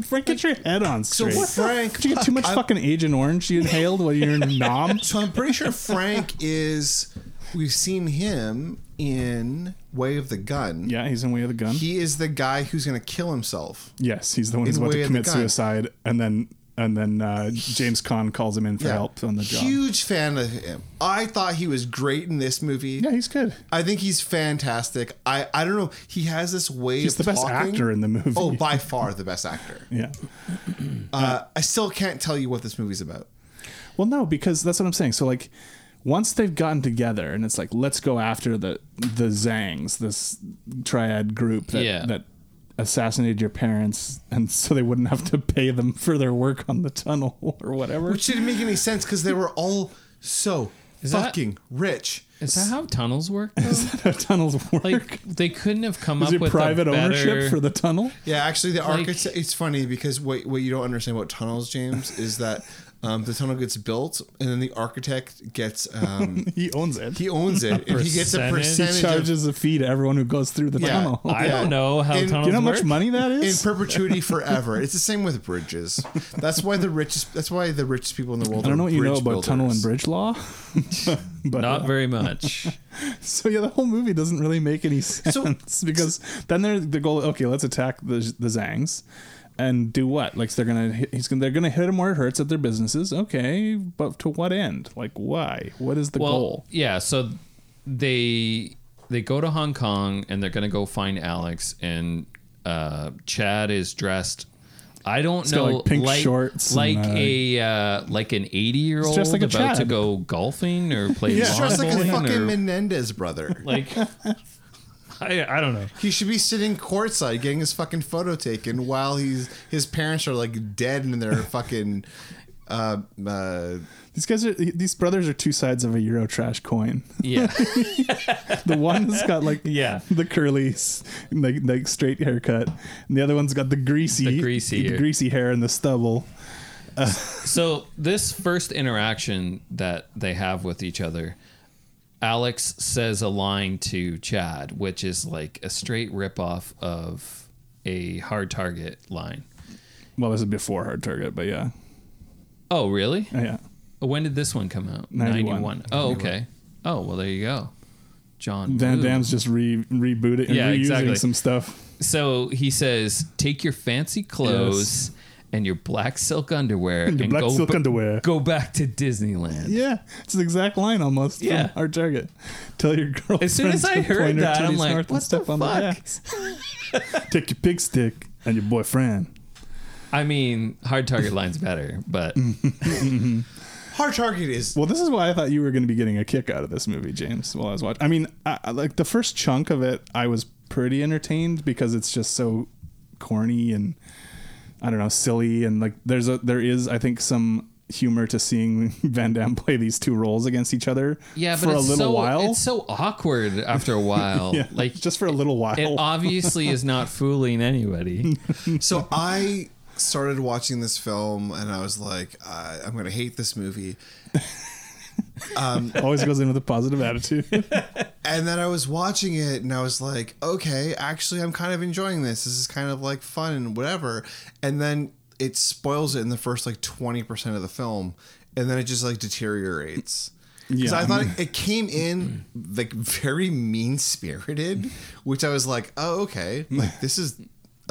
Speaker 3: Frank, get your head on straight.
Speaker 5: what the Frank-
Speaker 3: Did you get too much fucking Agent Orange you inhaled while you were in Nom?
Speaker 5: So I'm pretty sure Frank is. We've seen him in Way of the Gun.
Speaker 3: Yeah, he's in Way of the Gun.
Speaker 5: He is the guy who's going to kill himself.
Speaker 3: Yes, he's the one who's
Speaker 5: In
Speaker 3: about
Speaker 5: Way
Speaker 3: to
Speaker 5: of the
Speaker 3: commit
Speaker 5: Gun.
Speaker 3: suicide, and then and then uh, James Caan calls him in for help on the job.
Speaker 5: Huge fan of him. I thought he was great in this movie.
Speaker 3: yeah, he's good.
Speaker 5: I think he's fantastic. I, I don't know. He has this way
Speaker 3: He's
Speaker 5: of
Speaker 3: the best
Speaker 5: talking.
Speaker 3: actor in the movie.
Speaker 5: Oh, by far the best actor.
Speaker 3: Yeah.
Speaker 5: Uh, I still can't tell you what this movie's about.
Speaker 3: Well, no, because that's what I'm saying. So like, once they've gotten together, and it's like, let's go after the the Zangs, this triad group that
Speaker 4: Yeah.
Speaker 3: that assassinated your parents, and so they wouldn't have to pay them for their work on the tunnel or whatever.
Speaker 5: Which didn't make any sense because they were all so
Speaker 4: that-
Speaker 5: fucking rich.
Speaker 4: Is that how tunnels work? though?
Speaker 3: the tunnels work.
Speaker 4: Like they couldn't have come
Speaker 3: Is
Speaker 4: up
Speaker 3: it
Speaker 4: with
Speaker 3: private
Speaker 4: a better...
Speaker 3: ownership for the tunnel?
Speaker 5: Yeah, actually, the
Speaker 4: Like-
Speaker 5: architect. It's funny because what what you don't understand about tunnels, James, is that um, the tunnel gets built and then the architect gets um,
Speaker 3: He owns it.
Speaker 5: he owns it and he gets a
Speaker 4: Percentage? He
Speaker 5: percentage.
Speaker 3: He
Speaker 5: of,
Speaker 3: charges a fee to everyone who goes through the
Speaker 5: Yeah.
Speaker 3: tunnel.
Speaker 5: I-
Speaker 4: I don't know how
Speaker 5: And-
Speaker 4: tunnels
Speaker 3: you know how much
Speaker 4: work.
Speaker 3: money that
Speaker 5: in
Speaker 3: is?
Speaker 5: perpetuity forever. It's the same with bridges. That's why the richest. That's why the richest people in the world.
Speaker 3: I don't know
Speaker 5: are
Speaker 3: what you know
Speaker 5: bridge
Speaker 3: about tunnel and
Speaker 5: builders.
Speaker 3: bridge law, but
Speaker 4: Not
Speaker 3: uh,
Speaker 4: very much.
Speaker 3: so yeah, the whole movie doesn't really make any sense because then they're the goal. Okay, let's attack the the Zangs, and do what? Like they're gonna hit, he's gonna they're gonna hit him where it hurts at their businesses. Okay, but to what end? Like why? What is the
Speaker 4: well,
Speaker 3: goal?
Speaker 4: yeah. So they they go to Hong Kong and they're gonna go find Alex and uh, Chad is dressed. I don't
Speaker 3: got,
Speaker 4: know,
Speaker 3: like, pink shorts and,
Speaker 4: like
Speaker 3: uh,
Speaker 4: a uh, like an eighty year old
Speaker 3: dressed like a
Speaker 4: about to
Speaker 3: Chad.
Speaker 4: go golfing or play
Speaker 3: Yeah.
Speaker 5: He's
Speaker 4: lawn
Speaker 5: dressed like a
Speaker 4: bowling or,
Speaker 5: fucking Menendez brother.
Speaker 4: like. I, I don't know.
Speaker 5: He should be sitting courtside getting his fucking photo taken while he's his parents are like dead in their fucking uh, uh,
Speaker 3: These guys are these brothers are two sides of a Euro trash coin.
Speaker 4: Yeah,
Speaker 3: The one has got like
Speaker 4: Yeah.
Speaker 3: the curly, s- like, like straight haircut, and the other one's got the greasy,
Speaker 4: The greasy hair.
Speaker 3: greasy hair and the stubble.
Speaker 4: So this first interaction that they have with each other, Alex says a line to Chad, which is like a straight ripoff of a hard target line.
Speaker 3: Well, this is before Hard Target, but yeah,
Speaker 4: Oh, really?
Speaker 3: yeah.
Speaker 4: When did this one come out?
Speaker 3: 91.
Speaker 4: Oh, okay. Oh, well, there you go. John
Speaker 3: Van
Speaker 4: Woo.
Speaker 3: Damme's just re rebooting,
Speaker 4: Yeah,
Speaker 3: reusing
Speaker 4: exactly.
Speaker 3: some stuff.
Speaker 4: So he says, "Take your fancy clothes and your black silk underwear
Speaker 3: Your
Speaker 4: and
Speaker 3: black
Speaker 4: go
Speaker 3: silk underwear."
Speaker 4: go back to Disneyland."
Speaker 3: Yeah, it's the exact line almost. from
Speaker 4: Yeah.
Speaker 3: Hard Target. Tell your girlfriend.
Speaker 4: As soon as I
Speaker 3: to
Speaker 4: heard
Speaker 3: point her
Speaker 4: that, I'm
Speaker 3: titties
Speaker 4: like,
Speaker 3: north and
Speaker 4: "What the
Speaker 3: step on their
Speaker 4: fuck?"
Speaker 3: ass. Take your pig stick and your boyfriend.
Speaker 4: I mean, hard target line's better, but
Speaker 3: Mm.
Speaker 5: hard target is
Speaker 3: Well, this is why I thought you were going to be getting a kick out of this movie, James, while I was watching. I mean, I, I- like the first chunk of it, I was pretty entertained because it's just so corny and I don't know, silly and like there's a there is I think some humor to seeing Van Damme play these two roles against each other
Speaker 4: yeah, but
Speaker 3: for
Speaker 4: it's
Speaker 3: a little
Speaker 4: so,
Speaker 3: while.
Speaker 4: It's so awkward after a while.
Speaker 3: yeah,
Speaker 4: like
Speaker 3: just for a little while.
Speaker 4: it obviously is not fooling anybody.
Speaker 5: so I started watching this film and I was like uh, I'm gonna hate this movie
Speaker 3: Always goes in with a positive attitude.
Speaker 5: and then I was watching it and I was like okay actually I'm kind of enjoying this this is kind of like fun and whatever and then it spoils it in the first like 20% of the film and then it just like deteriorates Because
Speaker 3: Yeah.
Speaker 5: I thought it, it came in like very mean spirited, which I was like, oh, okay, like this is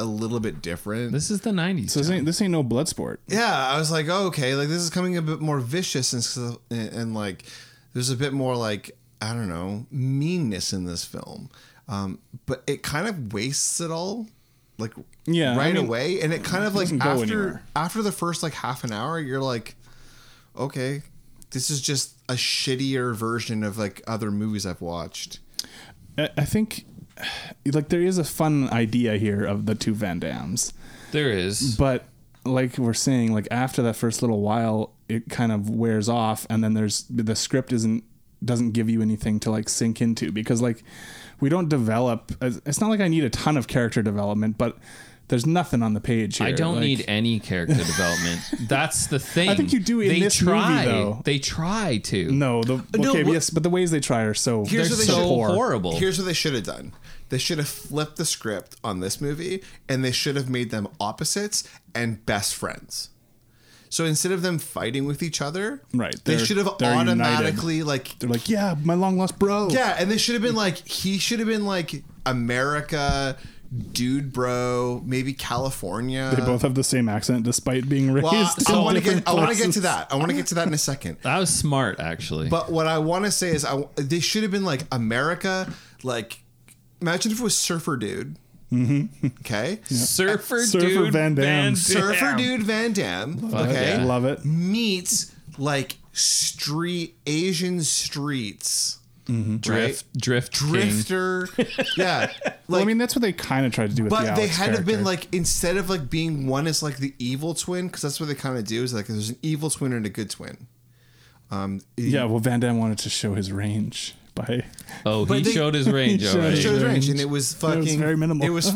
Speaker 5: a little bit different.
Speaker 4: This is the '90s.
Speaker 3: so this
Speaker 4: John.
Speaker 3: ain't, this ain't no blood sport.
Speaker 5: yeah, I was like, oh, okay, like this is coming a bit more vicious and, stuff- and, and like there's a bit more like I don't know meanness in this film, um, but it kind of wastes it all. Like
Speaker 3: Yeah, I
Speaker 5: right
Speaker 3: mean,
Speaker 5: away, and it kind of like
Speaker 3: doesn't go
Speaker 5: after
Speaker 3: anywhere.
Speaker 5: after the first like half an hour, you're like, okay, this is just a shittier version of like other movies I've watched.
Speaker 3: I I think like there is a fun idea here of the two Van Dams,
Speaker 4: There is.
Speaker 3: but like we're saying, like after that first little while, it kind of wears off, and then there's the script isn't doesn't give you anything to like sink into because like we don't develop. It's not like I need a ton of character development, but there's nothing on the page. Here.
Speaker 4: I don't
Speaker 3: Like,
Speaker 4: need any character development. That's the thing.
Speaker 3: think you do in
Speaker 4: they
Speaker 3: this movie,
Speaker 4: try,
Speaker 3: though.
Speaker 4: They try to.
Speaker 3: no. The,
Speaker 5: Uh, No,
Speaker 3: okay,
Speaker 5: what-
Speaker 3: yes, but the ways they try are so
Speaker 4: they're
Speaker 5: Here's what they
Speaker 4: so
Speaker 5: should-
Speaker 3: poor.
Speaker 4: horrible.
Speaker 5: Here's what they should have done. They should have flipped the script on this movie and they should have made them opposites and best friends. So instead of them fighting with each other,
Speaker 3: Right,
Speaker 5: they
Speaker 3: they're-
Speaker 5: should have
Speaker 3: they're united.
Speaker 5: automatically like
Speaker 3: They're like, yeah, my long lost bro.
Speaker 5: Yeah, and they should have been like he should have been like America, dude bro, maybe California.
Speaker 3: They both have the same accent despite being raised.
Speaker 5: well, I-
Speaker 3: in
Speaker 5: I want to
Speaker 3: different
Speaker 5: get I want to get to
Speaker 3: places.
Speaker 5: that. I want to get to that in a second.
Speaker 4: that was smart, actually.
Speaker 5: But what I want to say is, I they should have been like America. Like, imagine if it was Surfer Dude. Mm-hmm. Okay,
Speaker 4: Surfer,
Speaker 3: Surfer
Speaker 4: dude,
Speaker 3: Van Dam.
Speaker 5: Surfer Dude Van Damme. okay,
Speaker 4: yeah.
Speaker 3: Love it.
Speaker 5: meets like street Asian streets
Speaker 4: drift, drift, king.
Speaker 5: drifter. yeah, like.
Speaker 3: Well, I mean, that's what they kind of tried to do with the
Speaker 5: but they
Speaker 3: Alex
Speaker 5: had to have been
Speaker 3: character.
Speaker 5: like instead of like being one as like the evil twin because that's what they kind of do is like there's an evil twin and a good twin. Um,
Speaker 3: yeah. Well, Van Damme wanted to show his range by
Speaker 4: Oh, he
Speaker 5: But they-
Speaker 4: showed his range
Speaker 3: showed
Speaker 4: already,
Speaker 5: He showed his
Speaker 3: Range.
Speaker 5: range, and it was
Speaker 3: was
Speaker 5: fucking
Speaker 3: very minimal.
Speaker 5: It was,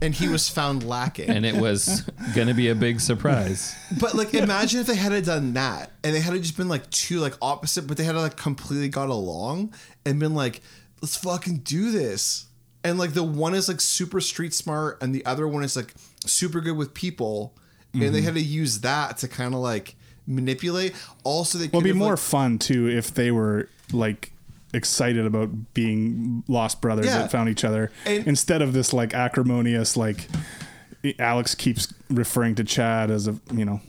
Speaker 5: and he was found lacking.
Speaker 4: and it was gonna be a big surprise.
Speaker 5: but like, imagine if they had done that, and they had just been like two like opposite, but they had like completely got along and been like, let's fucking do this. And like the one is like super street smart, and the other one is like super good with people, and they
Speaker 3: Mm-hmm.
Speaker 5: had to use that to kind of like manipulate. Also, they
Speaker 3: Well, it'd
Speaker 5: could have,
Speaker 3: be more
Speaker 5: like-
Speaker 3: fun too if they were like excited about being lost brothers
Speaker 5: Yeah.
Speaker 3: that found each other
Speaker 5: And-
Speaker 3: instead of this like acrimonious like Alex keeps referring to Chad as a you know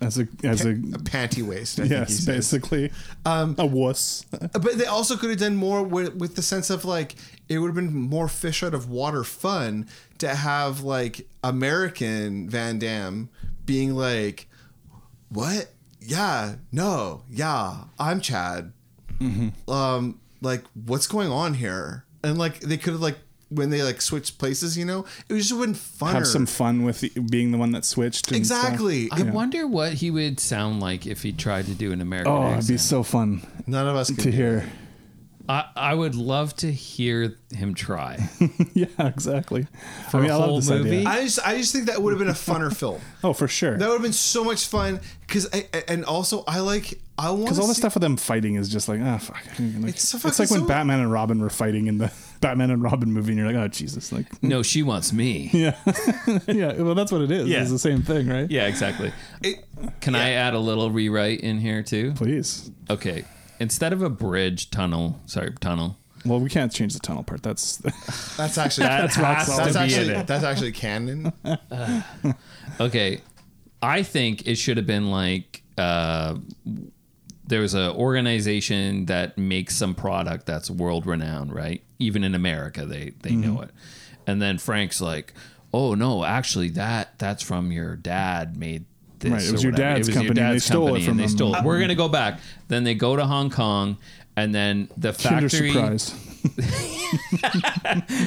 Speaker 3: as a as a
Speaker 5: a panty waste. I think he um,
Speaker 3: yes
Speaker 5: said.
Speaker 3: basically a wuss
Speaker 5: But they also could have done more with, with the sense of like it would have been more fish out of water fun to have like American Van Damme being like, "What? Yeah, no, yeah, I'm Chad.
Speaker 3: Mm-hmm.
Speaker 5: Um, like, what's going on here?" And like they could have like when they like switched places, you know, it was just been funner.
Speaker 3: have some fun with the- being the one that switched and stuff.
Speaker 5: exactly.
Speaker 4: I wonder what he would sound like if he tried to do an American
Speaker 3: oh it'd be
Speaker 4: accent.
Speaker 3: so fun
Speaker 5: None of us
Speaker 3: to
Speaker 5: could.
Speaker 3: hear
Speaker 4: I, I would love to hear him try.
Speaker 3: yeah exactly
Speaker 4: For
Speaker 3: I mean
Speaker 4: a
Speaker 3: I love
Speaker 4: whole
Speaker 3: this
Speaker 4: movie?
Speaker 3: idea
Speaker 5: I just I just think that would have been a funner film.
Speaker 3: oh for sure
Speaker 5: That would have been so much fun because and also I like I want
Speaker 3: Because all the stuff with them fighting is just like, ah, fuck. I mean, like-
Speaker 5: It's
Speaker 3: it's,
Speaker 5: so fucking
Speaker 3: like when
Speaker 5: so-
Speaker 3: Batman and Robin were fighting in the Batman and Robin movie, and you're like, oh, Jesus. Like,
Speaker 4: No, she wants me.
Speaker 3: yeah. yeah. Well, that's what it is.
Speaker 4: Yeah.
Speaker 3: It's the same thing, right?
Speaker 4: Yeah, exactly.
Speaker 5: It,
Speaker 4: Can I add a little rewrite in here too?
Speaker 3: Please.
Speaker 4: Okay. Instead of a bridge tunnel, sorry, tunnel.
Speaker 3: Well, we can't change the tunnel part. That's
Speaker 5: that's actually that's,
Speaker 4: has
Speaker 5: that's
Speaker 4: to be in
Speaker 5: actually
Speaker 4: it.
Speaker 5: that's actually canon.
Speaker 4: Okay. I think it should have been like uh, there was an organization that makes some product that's world renowned, right? Even in America, they they
Speaker 3: Mm-hmm.
Speaker 4: know it. And then Frank's like, "Oh no, actually that that's from your dad made this.
Speaker 3: Right, it
Speaker 4: or
Speaker 3: was your
Speaker 4: whatever.
Speaker 3: dad's company, and they stole it from Uh, mm-hmm.
Speaker 4: and they
Speaker 3: him.
Speaker 4: stole it. We're gonna go back. Then they go to Hong Kong, and then the
Speaker 3: Kinder
Speaker 4: factory
Speaker 3: Surprise.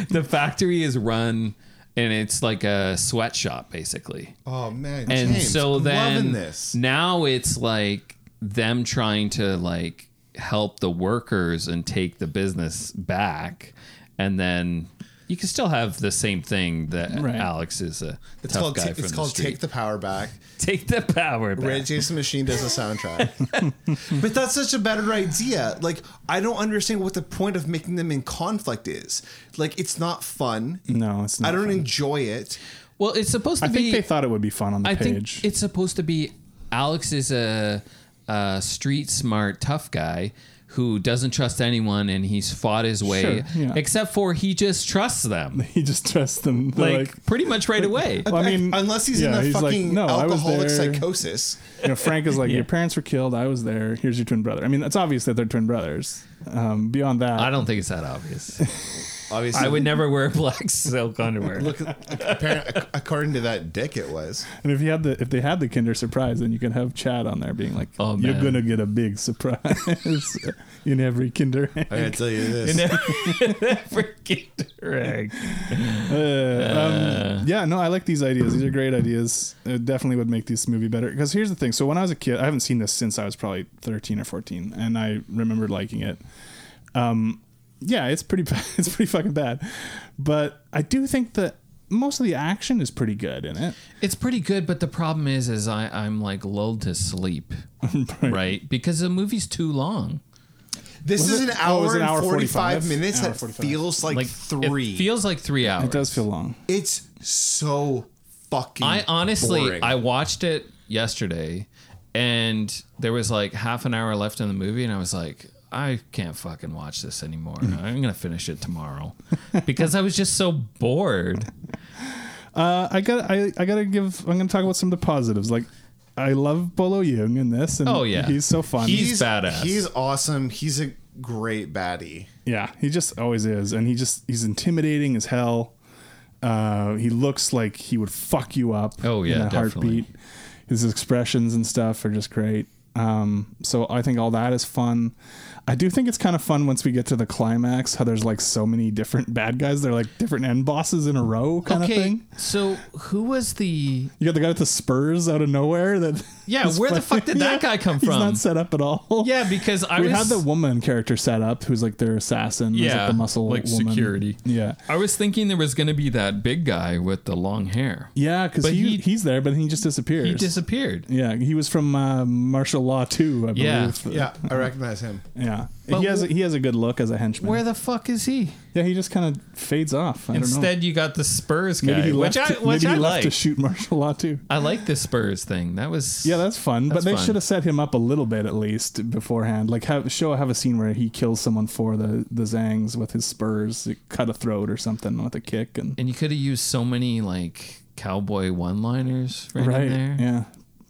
Speaker 4: the factory is run and it's like a sweatshop basically.
Speaker 5: Oh man,
Speaker 4: and
Speaker 5: James,
Speaker 4: so
Speaker 5: I'm
Speaker 4: then
Speaker 5: loving this.
Speaker 4: now it's like them trying to like help the workers and take the business back and then you can still have the same thing that
Speaker 3: Right.
Speaker 4: Alex is a
Speaker 5: It's
Speaker 4: tough
Speaker 5: called
Speaker 4: guy
Speaker 5: ta-
Speaker 4: from
Speaker 5: it's
Speaker 4: the
Speaker 5: called
Speaker 4: street.
Speaker 5: Take the Power Back.
Speaker 4: Take the power back.
Speaker 5: Red Jason Machine does a soundtrack, but that's such a better idea. Like I don't understand what the point of making them in conflict is. Like it's not fun.
Speaker 3: No, it's not.
Speaker 5: I don't
Speaker 3: fun.
Speaker 5: enjoy it.
Speaker 4: Well, it's supposed
Speaker 3: I
Speaker 4: to be
Speaker 3: think they thought it would be fun on the
Speaker 4: I
Speaker 3: page.
Speaker 4: think it's supposed to be Alex is a, a street smart tough guy who doesn't trust anyone and he's fought his way
Speaker 3: Sure, yeah.
Speaker 4: except for he just trusts them
Speaker 3: he just dressed them
Speaker 4: like,
Speaker 3: they're like,
Speaker 4: pretty much right away.
Speaker 3: Well, I mean,
Speaker 5: unless he's
Speaker 3: yeah,
Speaker 5: in a
Speaker 3: he's like,
Speaker 5: fucking
Speaker 3: "No, I was
Speaker 5: alcoholic
Speaker 3: there."
Speaker 5: psychosis.
Speaker 3: you know, Frank is like, your parents were killed. I was there. Here's your twin brother. I mean, it's obvious that they're twin brothers. Um, beyond that,
Speaker 4: I don't think it's that obvious.
Speaker 5: Obviously,
Speaker 4: I would never wear black silk underwear.
Speaker 5: look. Apparently, according to that dick, it was.
Speaker 3: And if you had the if they had the Kinder Surprise, then you could have Chad on there being like,
Speaker 4: Oh,
Speaker 3: "You're
Speaker 4: man.
Speaker 3: gonna get a big surprise in every Kinder."
Speaker 4: Oh,
Speaker 5: I gotta tell you this.
Speaker 4: Freaking drag.
Speaker 3: Uh, um, yeah, no, I like these ideas. These are great ideas. It definitely would make this movie better. Because here's the thing: so when I was a kid, I haven't seen this since I was probably 13 or 14, and I remember liking it. Um, yeah, it's pretty bad. It's pretty fucking bad, but I do think that most of the action is pretty good in it.
Speaker 4: It's pretty good, but the problem is, is I, I'm like lulled to sleep, right. Because the movie's too long.
Speaker 5: This
Speaker 3: Was
Speaker 5: is
Speaker 3: it-
Speaker 5: an
Speaker 3: oh, it
Speaker 5: hour,
Speaker 3: was an hour
Speaker 5: and 45,
Speaker 3: 45?
Speaker 5: minutes
Speaker 3: Hour
Speaker 5: that
Speaker 3: 45.
Speaker 5: feels like,
Speaker 4: Like
Speaker 5: three.
Speaker 4: it feels like three hours.
Speaker 3: It does feel long.
Speaker 5: it's so fucking
Speaker 4: I honestly,
Speaker 5: boring.
Speaker 4: I watched it yesterday, and there was like half an hour left in the movie, and I was like, I can't fucking watch this anymore. I'm gonna finish it tomorrow because I was just so bored.
Speaker 3: Uh, I got. I, I gotta give. I'm gonna talk about some of the positives. Like, I love Bolo Young in this. And
Speaker 4: Oh, yeah.
Speaker 3: he's so fun.
Speaker 4: He's badass.
Speaker 5: He's awesome. He's a great baddie.
Speaker 3: Yeah, he just always is, and he just he's intimidating as hell. Uh, he looks like he would fuck you up.
Speaker 4: Oh, yeah,
Speaker 3: in a
Speaker 4: definitely.
Speaker 3: heartbeat. His expressions and stuff are just great. Um, so I think all that is fun. I do think it's kind of fun once we get to the climax. How there's like so many different bad guys. They're like different end bosses in a row, kind of
Speaker 4: Okay,
Speaker 3: thing.
Speaker 4: so who was the?
Speaker 3: You got the guy with the spurs out of nowhere. That
Speaker 4: Yeah,
Speaker 3: is
Speaker 4: where the fuck did that guy come
Speaker 3: He's
Speaker 4: from?
Speaker 3: not set up at all.
Speaker 4: Yeah, because I
Speaker 3: we
Speaker 4: was
Speaker 3: had the woman character set up, who's like their assassin. who's, like the muscle,
Speaker 4: like
Speaker 3: woman.
Speaker 4: security.
Speaker 3: Yeah,
Speaker 4: I was thinking there was going to be that big guy with the long hair.
Speaker 3: Yeah, because
Speaker 4: But
Speaker 3: he,
Speaker 4: he-
Speaker 3: he's there, but he just disappears.
Speaker 4: He disappeared.
Speaker 3: yeah, he was from uh, martial law too, I
Speaker 4: Yeah.
Speaker 3: believe.
Speaker 5: Yeah, I recognize him.
Speaker 3: yeah.
Speaker 4: But
Speaker 3: he has a,
Speaker 4: wh-
Speaker 3: he has a good look as a henchman.
Speaker 4: Where the fuck is he?
Speaker 3: yeah, he just kind of fades off. I don't know.
Speaker 4: Instead, you got the Spurs guy,
Speaker 3: maybe he
Speaker 4: which
Speaker 3: left.
Speaker 4: I
Speaker 3: to,
Speaker 4: which
Speaker 3: maybe
Speaker 4: I
Speaker 3: he left
Speaker 4: like.
Speaker 3: to shoot martial law too.
Speaker 4: I like the Spurs thing. That was
Speaker 3: Yeah, that's fun. but
Speaker 4: That's
Speaker 3: they
Speaker 4: fun.
Speaker 3: should have set him up a little bit at least beforehand. Like have show have a scene where he kills someone for the the Zangs with his spurs, cut a throat or something with a kick and
Speaker 4: and you could have used so many like cowboy one-liners right, in there.
Speaker 3: Yeah.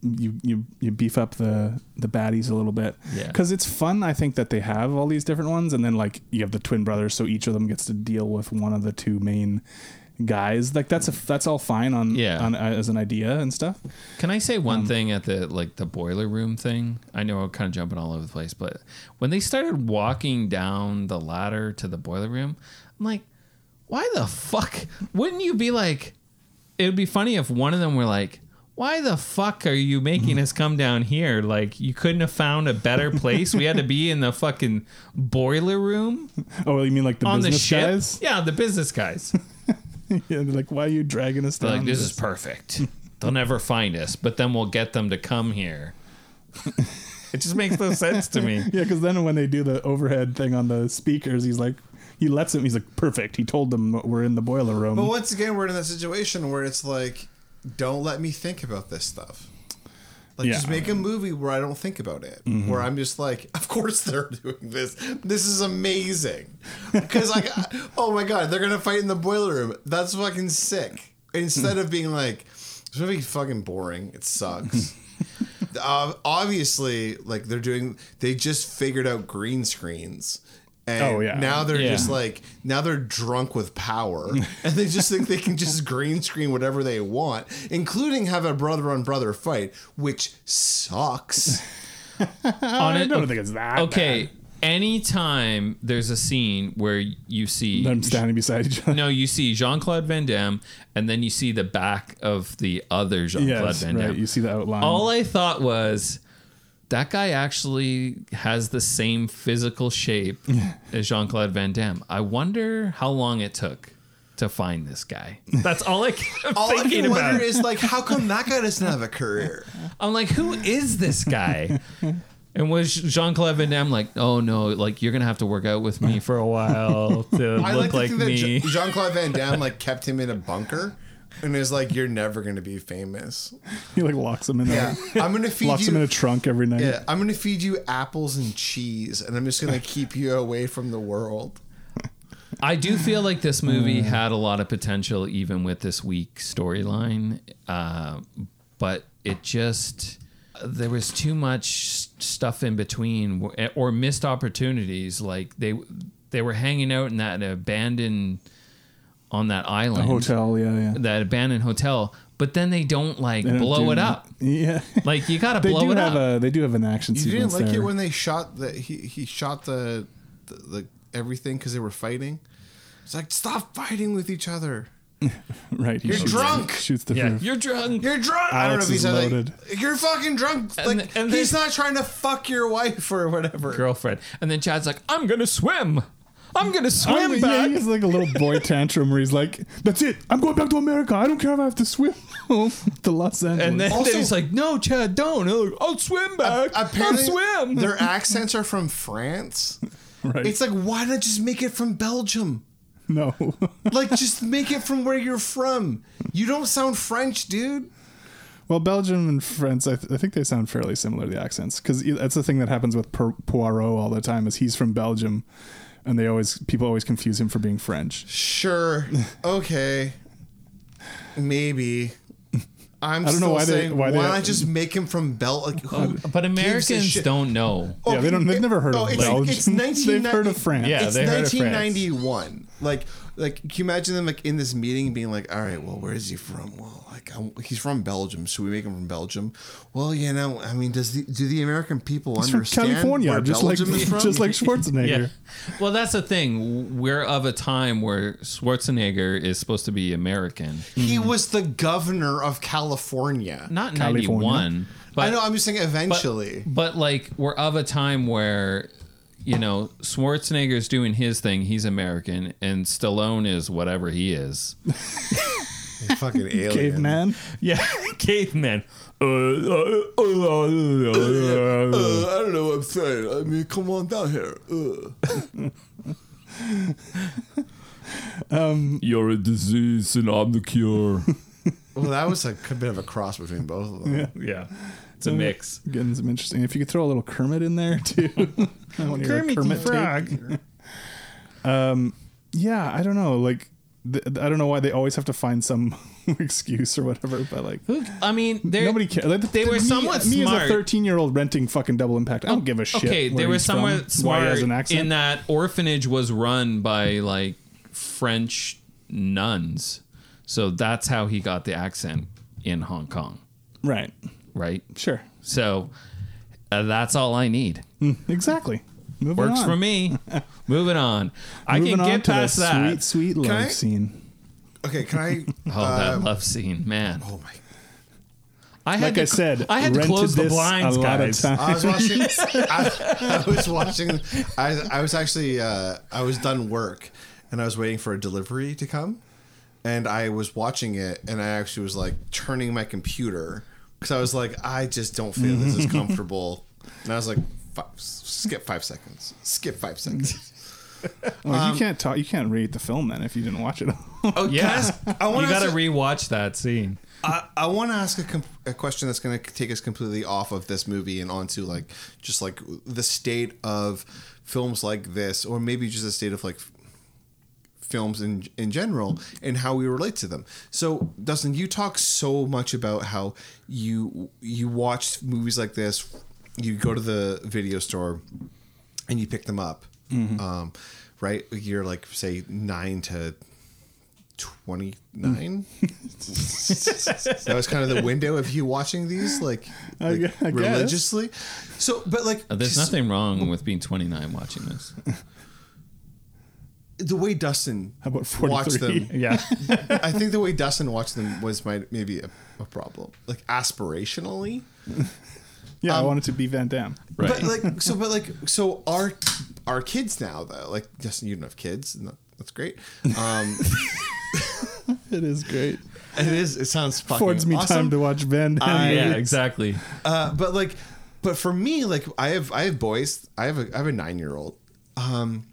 Speaker 3: You, you you beef up the the baddies a little bit
Speaker 4: Yeah.
Speaker 3: because it's fun I think that they have all these different ones and then like you have the twin brothers so each of them gets to deal with one of the two main guys like that's a that's all fine on
Speaker 4: Yeah.
Speaker 3: on uh, as an idea and stuff
Speaker 4: Can I say
Speaker 3: Hmm.
Speaker 4: one thing at the like the boiler room thing? I know I'm kind of jumping all over the place, but when they started walking down the ladder to the boiler room, I'm like, why the fuck wouldn't you be like? It would be funny if one of them were like, why the fuck are you making us come down here? Like you couldn't have found a better place. we had to be in the fucking boiler room
Speaker 3: oh you mean like the
Speaker 4: on the
Speaker 3: business
Speaker 4: ship.
Speaker 3: guys
Speaker 4: Yeah, the business guys.
Speaker 3: yeah they're like why are you dragging us
Speaker 4: They're
Speaker 3: down
Speaker 4: like,
Speaker 3: to
Speaker 4: this is perfect. They'll never find us, but then we'll get them to come here. it just makes no sense to me.
Speaker 3: yeah because then when they do the overhead thing on the speakers he's like he lets him he's like perfect he told them that we're in the boiler room
Speaker 5: But once again, we're in that situation where it's like, don't let me think about this stuff. Like,
Speaker 3: Yeah. Mm-hmm.
Speaker 5: just make a movie where I don't think about it. Where I'm just like, of course they're doing this. This is amazing. Because, like, oh my God, they're going to fight in the boiler room. That's fucking sick. Instead of being like, this movie's fucking boring. It sucks. uh, obviously, like, they're doing, they just figured out green screens. And
Speaker 3: Oh, yeah.
Speaker 5: now they're
Speaker 4: Yeah.
Speaker 5: just like now they're drunk with power and they just think they can just green screen whatever they want, including have a brother on brother fight, which sucks.
Speaker 4: On
Speaker 3: I
Speaker 4: it,
Speaker 3: don't think it's that
Speaker 4: okay, anytime there's a scene where you see
Speaker 3: bad. them standing beside each other
Speaker 4: no, you see Jean Claude Van Damme, and then you see the back of the other Jean Claude
Speaker 3: yes
Speaker 4: Van Damme.
Speaker 3: right you see the outline
Speaker 4: All I thought was that guy actually has the same physical shape as Jean Claude Van Damme. I wonder how long it took to find this guy. That's all I kept
Speaker 5: All I
Speaker 4: thinking
Speaker 5: can
Speaker 4: about.
Speaker 5: wonder is like, how come that guy doesn't have a career?
Speaker 4: I'm like, who is this guy? And was Jean Claude Van Damme like, oh no, like you're gonna have to work out with me for a while to
Speaker 5: I
Speaker 4: look
Speaker 5: like
Speaker 4: like
Speaker 5: to think
Speaker 4: me?
Speaker 5: that Jean Claude Van Damme like kept him in a bunker. And is like you're never gonna be famous.
Speaker 3: He like locks him in
Speaker 5: Yeah,
Speaker 3: there.
Speaker 5: I'm gonna feed
Speaker 3: Locks
Speaker 5: you.
Speaker 3: him in a trunk every night.
Speaker 5: yeah, I'm gonna feed you apples and cheese, and I'm just gonna keep you away from the world.
Speaker 4: I do feel like this movie had a lot of potential, even with this weak storyline. Uh, but it just there was eh, too much stuff in between or missed opportunities. Like they They were hanging out in that abandoned on that island,
Speaker 3: Hotel, yeah, yeah.
Speaker 4: that abandoned hotel. But then they don't like
Speaker 3: They don't
Speaker 4: blow
Speaker 3: do
Speaker 4: it
Speaker 3: that.
Speaker 4: up.
Speaker 3: Yeah,
Speaker 4: Like you gotta
Speaker 3: they
Speaker 4: blow
Speaker 3: do
Speaker 4: it
Speaker 3: have
Speaker 4: up.
Speaker 3: a they do have an action
Speaker 5: You
Speaker 3: sequence
Speaker 5: didn't like
Speaker 3: there.
Speaker 5: it when they shot the he he shot the the, the everything because they were fighting. It's like stop fighting with each other.
Speaker 3: right, he
Speaker 5: You're
Speaker 3: shoots-
Speaker 5: drunk!
Speaker 3: Shoots the
Speaker 4: yeah,
Speaker 3: roof.
Speaker 4: you're drunk.
Speaker 5: You're drunk. I don't know
Speaker 3: Alex
Speaker 5: if he
Speaker 3: is
Speaker 5: said
Speaker 3: loaded.
Speaker 5: like you're fucking drunk. Like
Speaker 4: And the- and
Speaker 5: he's
Speaker 4: they-
Speaker 5: not trying to fuck your wife or whatever.
Speaker 4: girlfriend. And then Chad's like, I'm gonna swim. I'm gonna swim
Speaker 3: I'm- yeah,
Speaker 4: back.
Speaker 3: he has like a little boy tantrum where he's like, "That's it. I'm going back to America. I don't care if I have to swim home to Los Angeles."
Speaker 4: And then,
Speaker 5: Also-
Speaker 4: then he's like, No, Chad, don't. He'll- I'll, swim back. I'll
Speaker 5: Apparently,
Speaker 4: swim.
Speaker 5: their accents are from France.
Speaker 3: right?
Speaker 5: It's like why not just make it from Belgium?
Speaker 3: no,
Speaker 5: Like just make it from where you're from. You don't sound French, dude.
Speaker 3: well, Belgium and France, I, th- I think they sound fairly similar. The accents, because that's the thing that happens with per- Poirot all the time is he's from Belgium, and they always people always confuse him for being French.
Speaker 5: Sure. Okay. Maybe. I'm I
Speaker 3: don't know
Speaker 5: don't know
Speaker 3: why they-
Speaker 5: saying,
Speaker 3: why
Speaker 5: why,
Speaker 3: they-
Speaker 5: not just make him from Bel? Like, who
Speaker 4: Um, but
Speaker 5: gives a
Speaker 4: Americans
Speaker 5: shit?
Speaker 4: don't know.
Speaker 3: Yeah, they don't- they've never heard
Speaker 5: oh,
Speaker 3: of
Speaker 5: it's,
Speaker 3: Belgium.
Speaker 5: It's
Speaker 3: They've
Speaker 5: 1990
Speaker 3: heard of France.
Speaker 4: Yeah,
Speaker 5: it's
Speaker 4: they heard of France.
Speaker 5: 1991. Like, like, can you imagine them like in this meeting being like, "All right, well, where is he from? Well, like, I'm, he's from Belgium, so we make him from Belgium. Well, you know, I mean, does the do the American people
Speaker 3: He's from
Speaker 5: understand
Speaker 3: California,
Speaker 5: where
Speaker 3: just like
Speaker 5: Belgium is from?
Speaker 3: just like Schwarzenegger.
Speaker 4: Well, that's the thing. We're of a time where Schwarzenegger is supposed to be American.
Speaker 5: he was the governor of California.
Speaker 4: Not
Speaker 3: California.
Speaker 4: 91. But,
Speaker 5: I know. I'm just saying,
Speaker 4: but-
Speaker 5: eventually.
Speaker 4: But, like, we're of a time where, you know, Schwarzenegger's doing his thing. He's American. And Stallone is whatever he is.
Speaker 5: fucking alien.
Speaker 3: Caveman.
Speaker 4: Yeah, caveman. Oh, Uh, uh, uh, uh, uh, uh.
Speaker 5: I don't know what I'm saying. I mean, come on down here. Uh.
Speaker 4: You're a disease and I'm the cure.
Speaker 5: Well, that was a bit of a cross between both of them.
Speaker 4: yeah. It's a mix.
Speaker 3: Getting some interesting. If you could throw a little Kermit in there too. I wanna hear a Kermit take. Yeah, I don't know. Like, th- I don't know why they always have to find some excuse or whatever. But like,
Speaker 4: I mean, they're,
Speaker 3: nobody cares. Like,
Speaker 4: they were
Speaker 3: me,
Speaker 4: somewhat
Speaker 3: me as
Speaker 4: smart. Oh,
Speaker 3: a thirteen-year-old renting fucking Double Impact. I don't give a shit.
Speaker 4: Okay,
Speaker 3: where
Speaker 4: they were
Speaker 3: he's
Speaker 4: somewhat
Speaker 3: from, Why he
Speaker 4: smart
Speaker 3: has an accent?
Speaker 4: in that orphanage was run by like French nuns, so that's how he got the accent in Hong Kong,
Speaker 3: right?
Speaker 4: right?
Speaker 3: Sure.
Speaker 4: So uh, that's all I need.
Speaker 3: Exactly. Moving
Speaker 4: Works
Speaker 3: on.
Speaker 4: for me. Moving on, I
Speaker 3: Moving
Speaker 4: can
Speaker 3: on
Speaker 4: get
Speaker 3: to the
Speaker 4: past that.
Speaker 3: Sweet, sweet love
Speaker 5: I-
Speaker 3: scene.
Speaker 5: Okay, can I?
Speaker 4: Oh, that love scene, man!
Speaker 5: oh my!
Speaker 4: I
Speaker 3: uh,
Speaker 4: had
Speaker 3: Like
Speaker 4: to,
Speaker 3: I said,
Speaker 4: I had to
Speaker 3: rented
Speaker 4: close the
Speaker 3: this
Speaker 4: blinds,
Speaker 3: a lot
Speaker 4: guys.
Speaker 3: of
Speaker 5: I
Speaker 3: times.
Speaker 5: was watching. I, I was watching. I, I was actually. Uh, I was done work, and I was waiting for a delivery to come, and I was watching it, and I actually was like turning my computer because I was like, I just don't feel this is comfortable, and I was like, five, skip five seconds, skip five seconds.
Speaker 3: Well,
Speaker 4: Um,
Speaker 3: you can't talk. You can't rate the film then if you didn't watch it.
Speaker 5: Oh,
Speaker 4: Yeah,
Speaker 5: I
Speaker 4: you
Speaker 5: wanna
Speaker 4: got to
Speaker 5: ask-
Speaker 4: rewatch that scene.
Speaker 5: I, I want to ask a, com- a question that's going to take us completely off of this movie and onto like just like the state of films like this, or maybe just the state of like f- films in in general and how we relate to them. So, Dustin, you talk so much about how you you watch movies like this, you go to the video store, and you pick them up,
Speaker 3: Mm-hmm.
Speaker 5: um, right? You're like say nine to. 29 that was kind of the window of you watching these like,
Speaker 3: I
Speaker 5: like
Speaker 3: gu- I guess.
Speaker 5: religiously so but like
Speaker 4: Uh, There's
Speaker 5: just
Speaker 4: nothing wrong with being 29 watching this.
Speaker 5: the way dustin
Speaker 3: How about
Speaker 5: watched
Speaker 3: forty-three?
Speaker 5: them
Speaker 3: yeah.
Speaker 5: i think the way dustin watched them was my maybe a, a problem like aspirationally
Speaker 3: Yeah,
Speaker 4: Um,
Speaker 3: I want it to be Van Damme.
Speaker 4: Right.
Speaker 5: But like so, but like so, our our kids now though, like Justin, you don't have kids, and that- that's great. Um,
Speaker 3: It is great.
Speaker 5: it is. It sounds fucking
Speaker 3: Affords me
Speaker 5: awesome.
Speaker 3: time to watch Van Damme.
Speaker 5: I-
Speaker 4: Uh, yeah,
Speaker 3: movies.
Speaker 4: exactly.
Speaker 5: Uh, but like, but for me, like I have I have boys. I have a I have a nine year old. Um,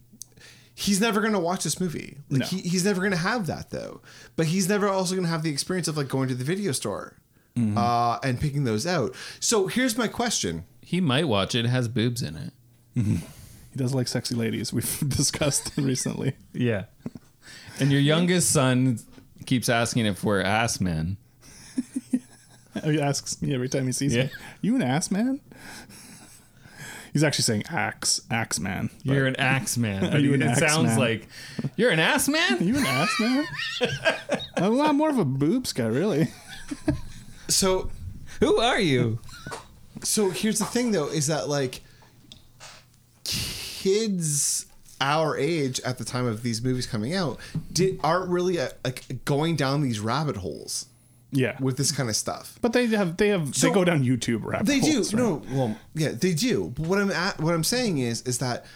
Speaker 5: he's never gonna watch this movie. Like
Speaker 3: No.
Speaker 5: he, he's never gonna have that though. But he's never also gonna have the experience of like going to the video store.
Speaker 3: Mm-hmm.
Speaker 5: Uh, and picking those out. So here's my question.
Speaker 4: He might watch it. It has boobs in it.
Speaker 3: He does like sexy ladies. We've discussed recently.
Speaker 4: Yeah. And your youngest son keeps asking if we're ass men.
Speaker 3: He asks me every time he sees
Speaker 4: Yeah.
Speaker 3: me, "You an ass man?" He's actually saying axe, axe man. But-
Speaker 4: You're an axe man.
Speaker 3: Are you an
Speaker 4: it
Speaker 3: axe
Speaker 4: sounds
Speaker 3: man?
Speaker 4: like you're an ass man.
Speaker 3: you an ass man? I'm a lot more of a boobs guy, really.
Speaker 5: So
Speaker 4: Who are you?
Speaker 5: So here's the thing, though, is that like kids our age at the time of these movies coming out did, aren't really uh like going down these rabbit holes
Speaker 3: Yeah.
Speaker 5: with this kind of stuff.
Speaker 3: but they have they have
Speaker 5: So-
Speaker 3: they go down YouTube rabbit
Speaker 5: They do.
Speaker 3: holes, right?
Speaker 5: No, well, yeah, they do. But what I'm at, what I'm saying is is that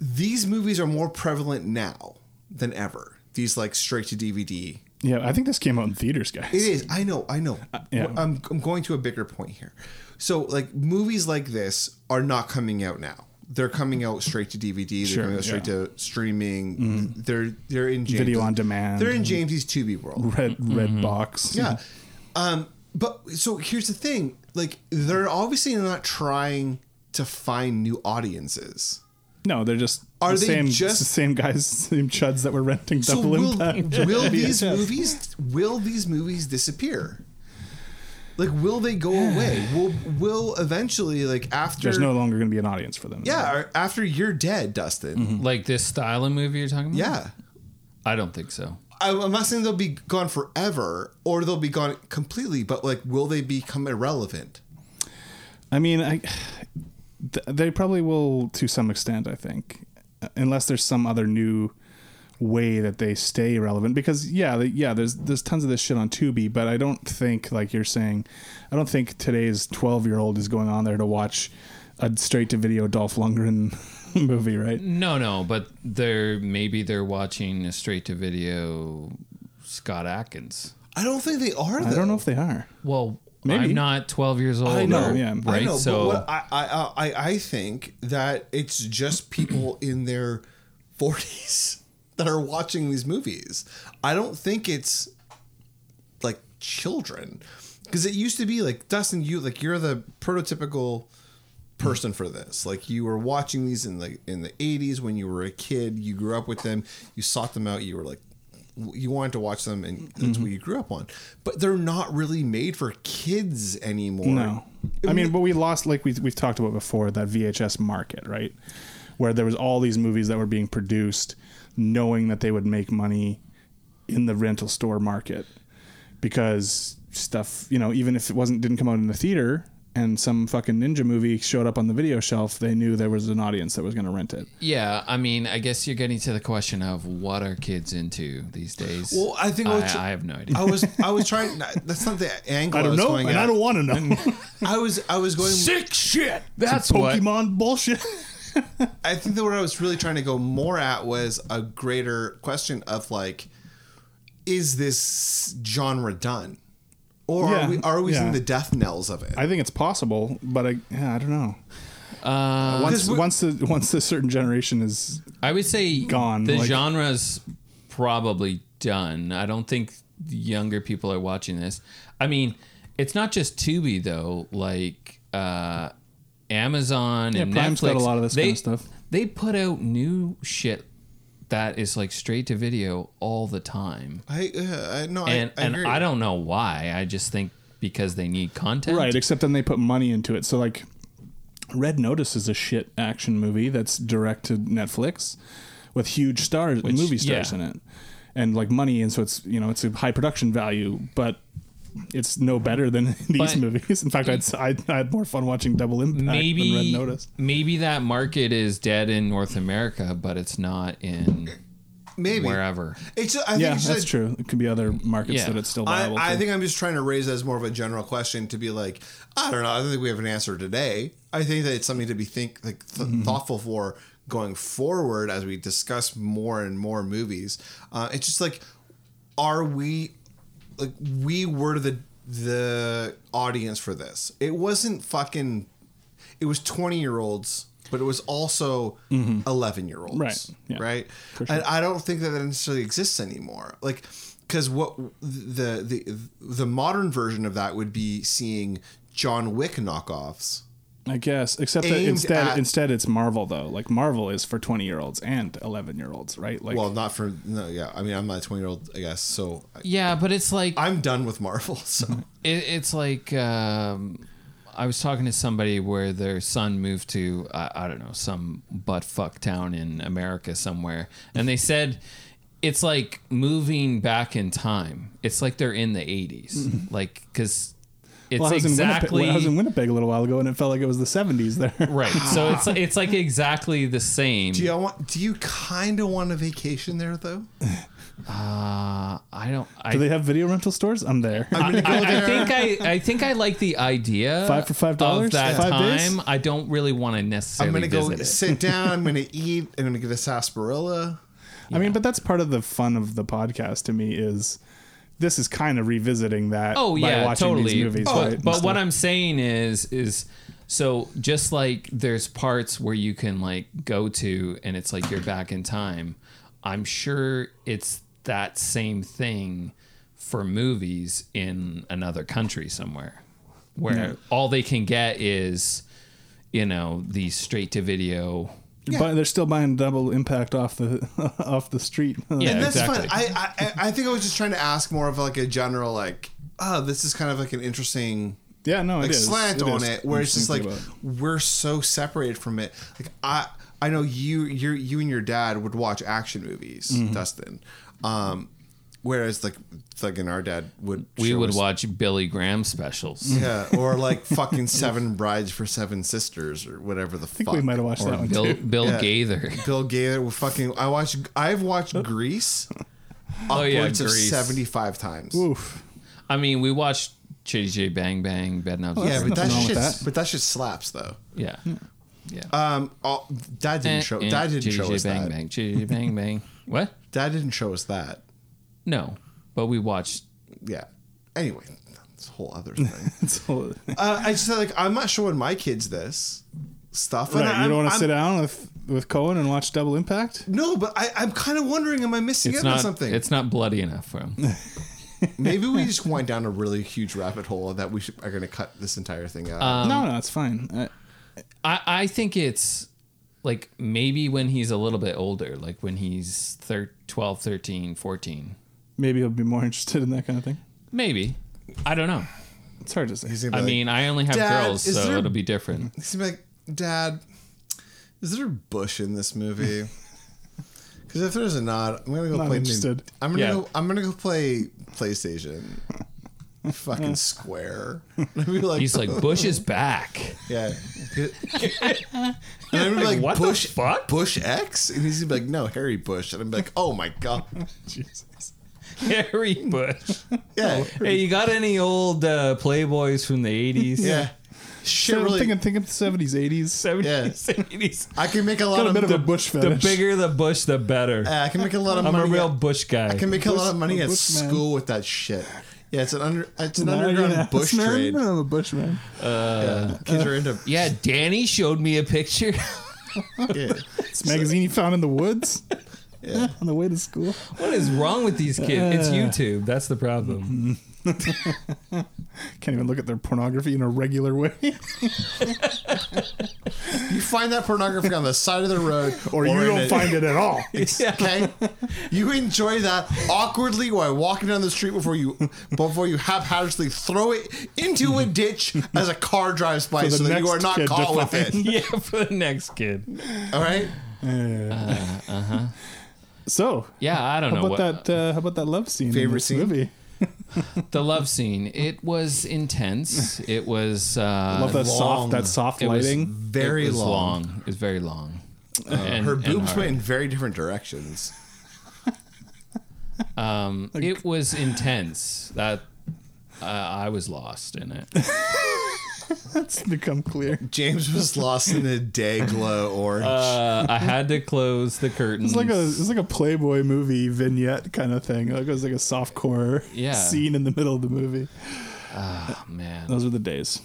Speaker 5: these movies are more prevalent now than ever. These like straight to DVD
Speaker 3: Yeah, I think this came out in theaters, guys.
Speaker 5: It is. I know. I know.
Speaker 3: Uh, yeah.
Speaker 5: I'm, I'm going to a bigger point here. So, like, movies like this are not coming out now. They're coming out straight to DVD. They're
Speaker 3: Sure,
Speaker 5: coming out straight
Speaker 3: yeah. Mm-hmm.
Speaker 5: to streaming. They're they're in James,
Speaker 3: Video on demand.
Speaker 5: They're in James's Tubi world.
Speaker 3: Red red
Speaker 4: Mm-hmm.
Speaker 3: box.
Speaker 5: Yeah. Um, but so here's the thing: like, they're obviously not trying to find new audiences.
Speaker 3: No, they're just
Speaker 5: Are
Speaker 3: the
Speaker 5: they
Speaker 3: same
Speaker 5: just-
Speaker 3: the same guys, same chuds that were renting
Speaker 5: So
Speaker 3: Double
Speaker 5: will,
Speaker 3: Impact.
Speaker 5: will these
Speaker 3: VHS.
Speaker 5: movies will these movies disappear? Like will they go away? Will will eventually like after
Speaker 3: There's no longer going to be an audience for them.
Speaker 5: yeah or after you're dead, Dustin?
Speaker 3: Mm-hmm.
Speaker 4: Like this style of movie you're talking about?
Speaker 5: Yeah,
Speaker 4: I don't think so.
Speaker 5: I, I'm not saying they'll be gone forever or they'll be gone completely, but like will they become irrelevant?
Speaker 3: I mean, I th- they probably will to some extent. I think, uh, unless there's some other new way that they stay relevant. Because yeah, the, yeah, there's there's tons of this shit on Tubi, but I don't think like you're saying, I don't think today's twelve year old is going on there to watch a straight to video Dolph Lundgren movie, right?
Speaker 4: No, no, but they're maybe they're watching a straight to video Scott Atkins.
Speaker 5: I don't think they are. Though.
Speaker 3: I don't know if they are.
Speaker 4: Well,
Speaker 3: Maybe.
Speaker 4: I'm not 12 years old.
Speaker 5: I know,
Speaker 4: or-
Speaker 3: yeah.
Speaker 4: Right.
Speaker 5: I know,
Speaker 4: so
Speaker 5: but what I, I I I think that it's just people in their forties that are watching these movies. I don't think it's like children, because it used to be like Dustin. You like you're the prototypical person for this. Like you were watching these in the in the eighties when you were a kid. You grew up with them. You sought them out. You were like. You wanted to watch them, and that's
Speaker 4: Mm-hmm.
Speaker 5: what you grew up on. But they're not really made for kids anymore.
Speaker 3: No. I mean, but we lost, like we, we've talked about before, that VHS market, right? Where there was all these movies that were being produced knowing that they would make money in the rental store market because stuff, you know, even if it wasn't, didn't come out in the theater and some fucking ninja movie showed up on the video shelf, they knew there was an audience that was going to rent it.
Speaker 4: yeah, I mean, I guess you're getting to the question of what are kids into these days?
Speaker 5: Well, I think I was-
Speaker 4: I, I have no idea.
Speaker 5: I was I was trying. That's not the angle.
Speaker 3: I don't
Speaker 5: was
Speaker 3: know,
Speaker 5: going
Speaker 3: and
Speaker 5: at.
Speaker 3: I don't want to know.
Speaker 5: I was I was going.
Speaker 4: Sick shit. That's
Speaker 3: That's
Speaker 4: what.
Speaker 3: Pokemon bullshit.
Speaker 5: I think that what I was really trying to go more at was a greater question of like, is this genre done, or
Speaker 3: Yeah,
Speaker 5: are we are we
Speaker 3: yeah.
Speaker 5: seeing the death knells of it?
Speaker 3: I think it's possible, but I, yeah, I don't know. Uh, once, once the once the certain generation is
Speaker 4: I would say
Speaker 3: Gone,
Speaker 4: The
Speaker 3: like-
Speaker 4: genre's probably done. I don't think younger people are watching this. I mean, it's not just Tubi though. Like uh, Amazon and
Speaker 3: Prime's
Speaker 4: Netflix
Speaker 3: got a lot of this
Speaker 4: they,
Speaker 3: kind of stuff.
Speaker 4: They put out new shit that is like straight to video all the time,
Speaker 5: I, uh, I no,
Speaker 4: and
Speaker 5: I, I,
Speaker 4: and
Speaker 5: agree.
Speaker 4: I don't know why. I just think because they need content,
Speaker 3: Right, except then they put money into it. So like Red Notice is a shit action movie that's direct to Netflix with huge stars movie stars
Speaker 4: yeah.
Speaker 3: in it. And like money and so it's you know, it's a high production value, but it's no better than these
Speaker 4: But-
Speaker 3: movies. In fact, I'd, s- I'd I had more fun watching Double Impact than Red
Speaker 4: maybe
Speaker 3: Notice.
Speaker 4: maybe that market is dead in North America, but it's not in
Speaker 5: maybe
Speaker 4: wherever.
Speaker 5: It's I think
Speaker 3: Yeah,
Speaker 5: it's
Speaker 3: that's
Speaker 5: just,
Speaker 3: true. It could be other markets
Speaker 4: Yeah.
Speaker 3: that it's still viable.
Speaker 5: I, I
Speaker 3: to.
Speaker 5: think I'm just trying to raise that as more of a general question to be like, I don't know. I don't think we have an answer today. I think that it's something to be think like th- thoughtful for going forward as we discuss more and more movies. Uh, it's just like, are we like we were the the audience for this? It wasn't fucking. It was 20 year olds. But it was also 11 year olds
Speaker 3: Mm-hmm. Right, yeah.
Speaker 5: right? And I don't think that that necessarily exists anymore. Like, because what the the the modern version of that would be seeing John Wick knockoffs.
Speaker 3: I guess, except that
Speaker 5: aimed
Speaker 3: instead,
Speaker 5: at-
Speaker 3: instead it's Marvel though. Like Marvel is for twenty year olds and eleven year olds, right? Like,
Speaker 5: Well, not for no, yeah. I mean, I'm not a 20 year old, I guess. So
Speaker 4: Yeah, but it's like
Speaker 3: Mm-hmm.
Speaker 5: I'm done with Marvel. So
Speaker 4: it, it's like um, I was talking to somebody where their son moved to I, I don't know some butt fuck town in America somewhere, and they said it's like moving back in time. It's like they're in the eighties, like because it's
Speaker 3: Well, I was in Winnipeg,
Speaker 4: exactly
Speaker 3: well, I was in Winnipeg a little while ago, and it felt like it was the '70s there.
Speaker 4: right. So it's it's like exactly the same.
Speaker 5: Do you want? Do you kind of want a vacation there though?
Speaker 4: Uh, I don't. I,
Speaker 3: Do they have video rental stores? I'm there.
Speaker 5: I'm gonna go
Speaker 4: I, I
Speaker 5: there.
Speaker 4: think I, I think I like the idea.
Speaker 3: Five for five
Speaker 4: Of
Speaker 3: dollars?
Speaker 4: that
Speaker 3: Five days?
Speaker 4: time, I don't really want to
Speaker 5: I'm
Speaker 4: necessarily
Speaker 5: gonna go
Speaker 4: visit it.
Speaker 5: sit down. I'm gonna eat. I'm gonna get a sarsaparilla.
Speaker 3: I mean, but that's part of the fun of the podcast to me is this is kind of revisiting that.
Speaker 4: Oh yeah,
Speaker 3: by watching
Speaker 4: totally.
Speaker 3: These movies,
Speaker 4: but
Speaker 3: right, and
Speaker 4: but
Speaker 3: stuff.
Speaker 4: what I'm saying is is so just like there's parts where you can like go to and it's like you're back in time. I'm sure it's that same thing for movies in another country somewhere where all they can get is you know these straight to video
Speaker 3: You're buy- they're still buying double impact off the off the street.
Speaker 4: Yeah.
Speaker 5: And that's
Speaker 4: exactly.
Speaker 5: fine. I, I I- I think I was just trying to ask more of like a general like, oh, this is kind of like an interesting
Speaker 3: yeah, no, Oh, it
Speaker 5: like
Speaker 3: is.
Speaker 5: slant
Speaker 3: It
Speaker 5: on
Speaker 3: is
Speaker 5: it, where it's just like
Speaker 3: interesting to think
Speaker 5: we're so separated from it. Like I I know you you you and your dad would watch action movies,
Speaker 3: Mm-hmm.
Speaker 5: Dustin. Um, whereas like like and our dad would
Speaker 4: we
Speaker 5: show
Speaker 4: would
Speaker 5: us-
Speaker 4: watch Billy Graham specials.
Speaker 5: yeah or like fucking seven brides for seven sisters or whatever the
Speaker 3: about. I think
Speaker 5: fuck
Speaker 3: we might have watched
Speaker 4: Or
Speaker 3: that one
Speaker 4: Bill
Speaker 3: too.
Speaker 4: Bill
Speaker 5: Mm-hmm. Yeah.
Speaker 4: Gaither.
Speaker 5: Bill Gaither with fucking I watched I've watched Grease
Speaker 4: Oh yeah,
Speaker 5: upwards of
Speaker 4: Grease.
Speaker 5: seventy five times.
Speaker 3: Oof.
Speaker 4: I mean, we watched Chitty Chitty Bang Bang, Bed Knobs.
Speaker 5: Oh, Yeah,
Speaker 3: There's
Speaker 5: but that
Speaker 3: nothing wrong
Speaker 5: shit
Speaker 3: with that.
Speaker 5: but that shit slaps though.
Speaker 4: Yeah. Yeah.
Speaker 5: Um, all, dad didn't show
Speaker 4: Eh, eh,
Speaker 5: dad didn't
Speaker 4: chitty
Speaker 5: show
Speaker 4: chitty
Speaker 5: us
Speaker 4: bang,
Speaker 5: that.
Speaker 4: Bang, chitty chitty bang bang. What?
Speaker 5: Dad didn't show us that.
Speaker 4: No. But we watched.
Speaker 5: Yeah. Anyway, that's a whole other thing.
Speaker 3: So,
Speaker 5: uh, I just like I'm not showing my kids this stuff. and
Speaker 3: right, you don't want to
Speaker 5: I'm-
Speaker 3: sit down with with Cohen and watch Double Impact?
Speaker 5: No, but I, I'm kind of wondering, am I missing
Speaker 4: It's
Speaker 5: out on
Speaker 4: not
Speaker 5: something?
Speaker 4: It's not bloody enough for him.
Speaker 5: Maybe we just went down a really huge rabbit hole that we should, are going to cut this entire thing out.
Speaker 4: Uh, Um,
Speaker 3: no, no, it's fine. I,
Speaker 4: I I think it's like maybe when he's a little bit older, like when he's thir- 12, 13, 14.
Speaker 3: maybe he'll be more interested in that kind of thing.
Speaker 4: Maybe. I don't know.
Speaker 3: It's hard to say.
Speaker 5: He's gonna be
Speaker 4: I
Speaker 5: like-
Speaker 4: mean, I only have
Speaker 5: "Dad,
Speaker 4: girls,
Speaker 5: is
Speaker 4: so
Speaker 5: there-
Speaker 4: it'll be different.
Speaker 5: he's gonna be like, Dad, is there a bush in this movie? Because if there's a nod, I'm gonna go
Speaker 3: Not
Speaker 5: play.
Speaker 3: interested.
Speaker 5: I'm gonna
Speaker 4: Yeah.
Speaker 5: go, I'm gonna go play PlayStation. Fucking square. And I'd be like,
Speaker 4: He's like, Bush is back.
Speaker 5: Yeah. And I'd be like,
Speaker 4: what the
Speaker 5: Bush,
Speaker 4: fuck?
Speaker 5: Bush X? And he's gonna be like, no, Harry Bush. And I'm like, oh my god.
Speaker 4: Harry Bush.
Speaker 3: Oh,
Speaker 5: Yeah.
Speaker 4: Hey, you got any old uh, Playboys from the 80s?
Speaker 5: Yeah. Shit,
Speaker 3: So I'm
Speaker 5: really.
Speaker 3: thinking, thinking of the seventies, eighties.
Speaker 4: 70s,
Speaker 5: Yeah.
Speaker 4: 80s.
Speaker 5: I can make a lot
Speaker 3: Got a
Speaker 5: of.
Speaker 3: bit of a
Speaker 5: The,
Speaker 3: bush
Speaker 4: The
Speaker 3: fetish.
Speaker 4: bigger the bush, the better.
Speaker 5: I can make a lot of
Speaker 4: I'm
Speaker 5: money.
Speaker 4: a real
Speaker 5: at-
Speaker 4: bush
Speaker 5: I can
Speaker 4: guy.
Speaker 5: make a lot of money at
Speaker 3: Bush man.
Speaker 5: school with that shit. Yeah, it's an under, it's an
Speaker 3: Nah, you're
Speaker 5: underground
Speaker 3: an
Speaker 5: bush
Speaker 3: ass man.
Speaker 5: trade.
Speaker 3: I'm a bushman.
Speaker 5: Yeah. Kids are into
Speaker 4: Yeah, Danny showed me a picture.
Speaker 5: yeah.
Speaker 3: It's a magazine you found in the woods
Speaker 5: Yeah.
Speaker 3: on the way to school.
Speaker 4: what is wrong with these
Speaker 5: Uh.
Speaker 4: kids? It's YouTube. That's the problem.
Speaker 3: Can't even look at their pornography in a regular way.
Speaker 5: You find that pornography on the side of the road,
Speaker 3: or you
Speaker 5: in
Speaker 3: don't
Speaker 5: a-
Speaker 3: find it at all.
Speaker 5: Okay, you enjoy that awkwardly while walking down the street before you before you haphazardly throw it into a ditch as a car drives by,
Speaker 3: For the
Speaker 5: so that you
Speaker 3: next
Speaker 5: are not
Speaker 3: kid to
Speaker 5: caught with it.
Speaker 4: yeah, for the next kid.
Speaker 5: All right,
Speaker 3: So,
Speaker 4: Yeah, I don't
Speaker 3: how
Speaker 4: know
Speaker 3: about
Speaker 4: what
Speaker 3: that? Uh, how about that love scene? in
Speaker 5: Favorite
Speaker 3: this
Speaker 5: scene?
Speaker 3: Movie?
Speaker 4: the love scene. It was intense. It was uh,
Speaker 3: Love that
Speaker 5: long.
Speaker 3: soft, that soft
Speaker 4: it was
Speaker 3: lighting.
Speaker 5: very
Speaker 4: it was
Speaker 5: long. Uh,
Speaker 4: It was very long. And-
Speaker 5: Her
Speaker 4: and
Speaker 5: boobs
Speaker 4: hard.
Speaker 5: went in very different directions.
Speaker 4: Um, it was intense. That uh, I was lost in it.
Speaker 3: That's become clear.
Speaker 5: James was lost in the day glow orange.
Speaker 4: Uh, I had to close the curtains.
Speaker 3: It's like a it's like a Playboy movie vignette kind of thing. Like it was like a softcore
Speaker 4: Yeah.
Speaker 3: scene in the middle of the movie.
Speaker 4: man.
Speaker 3: Those are the days.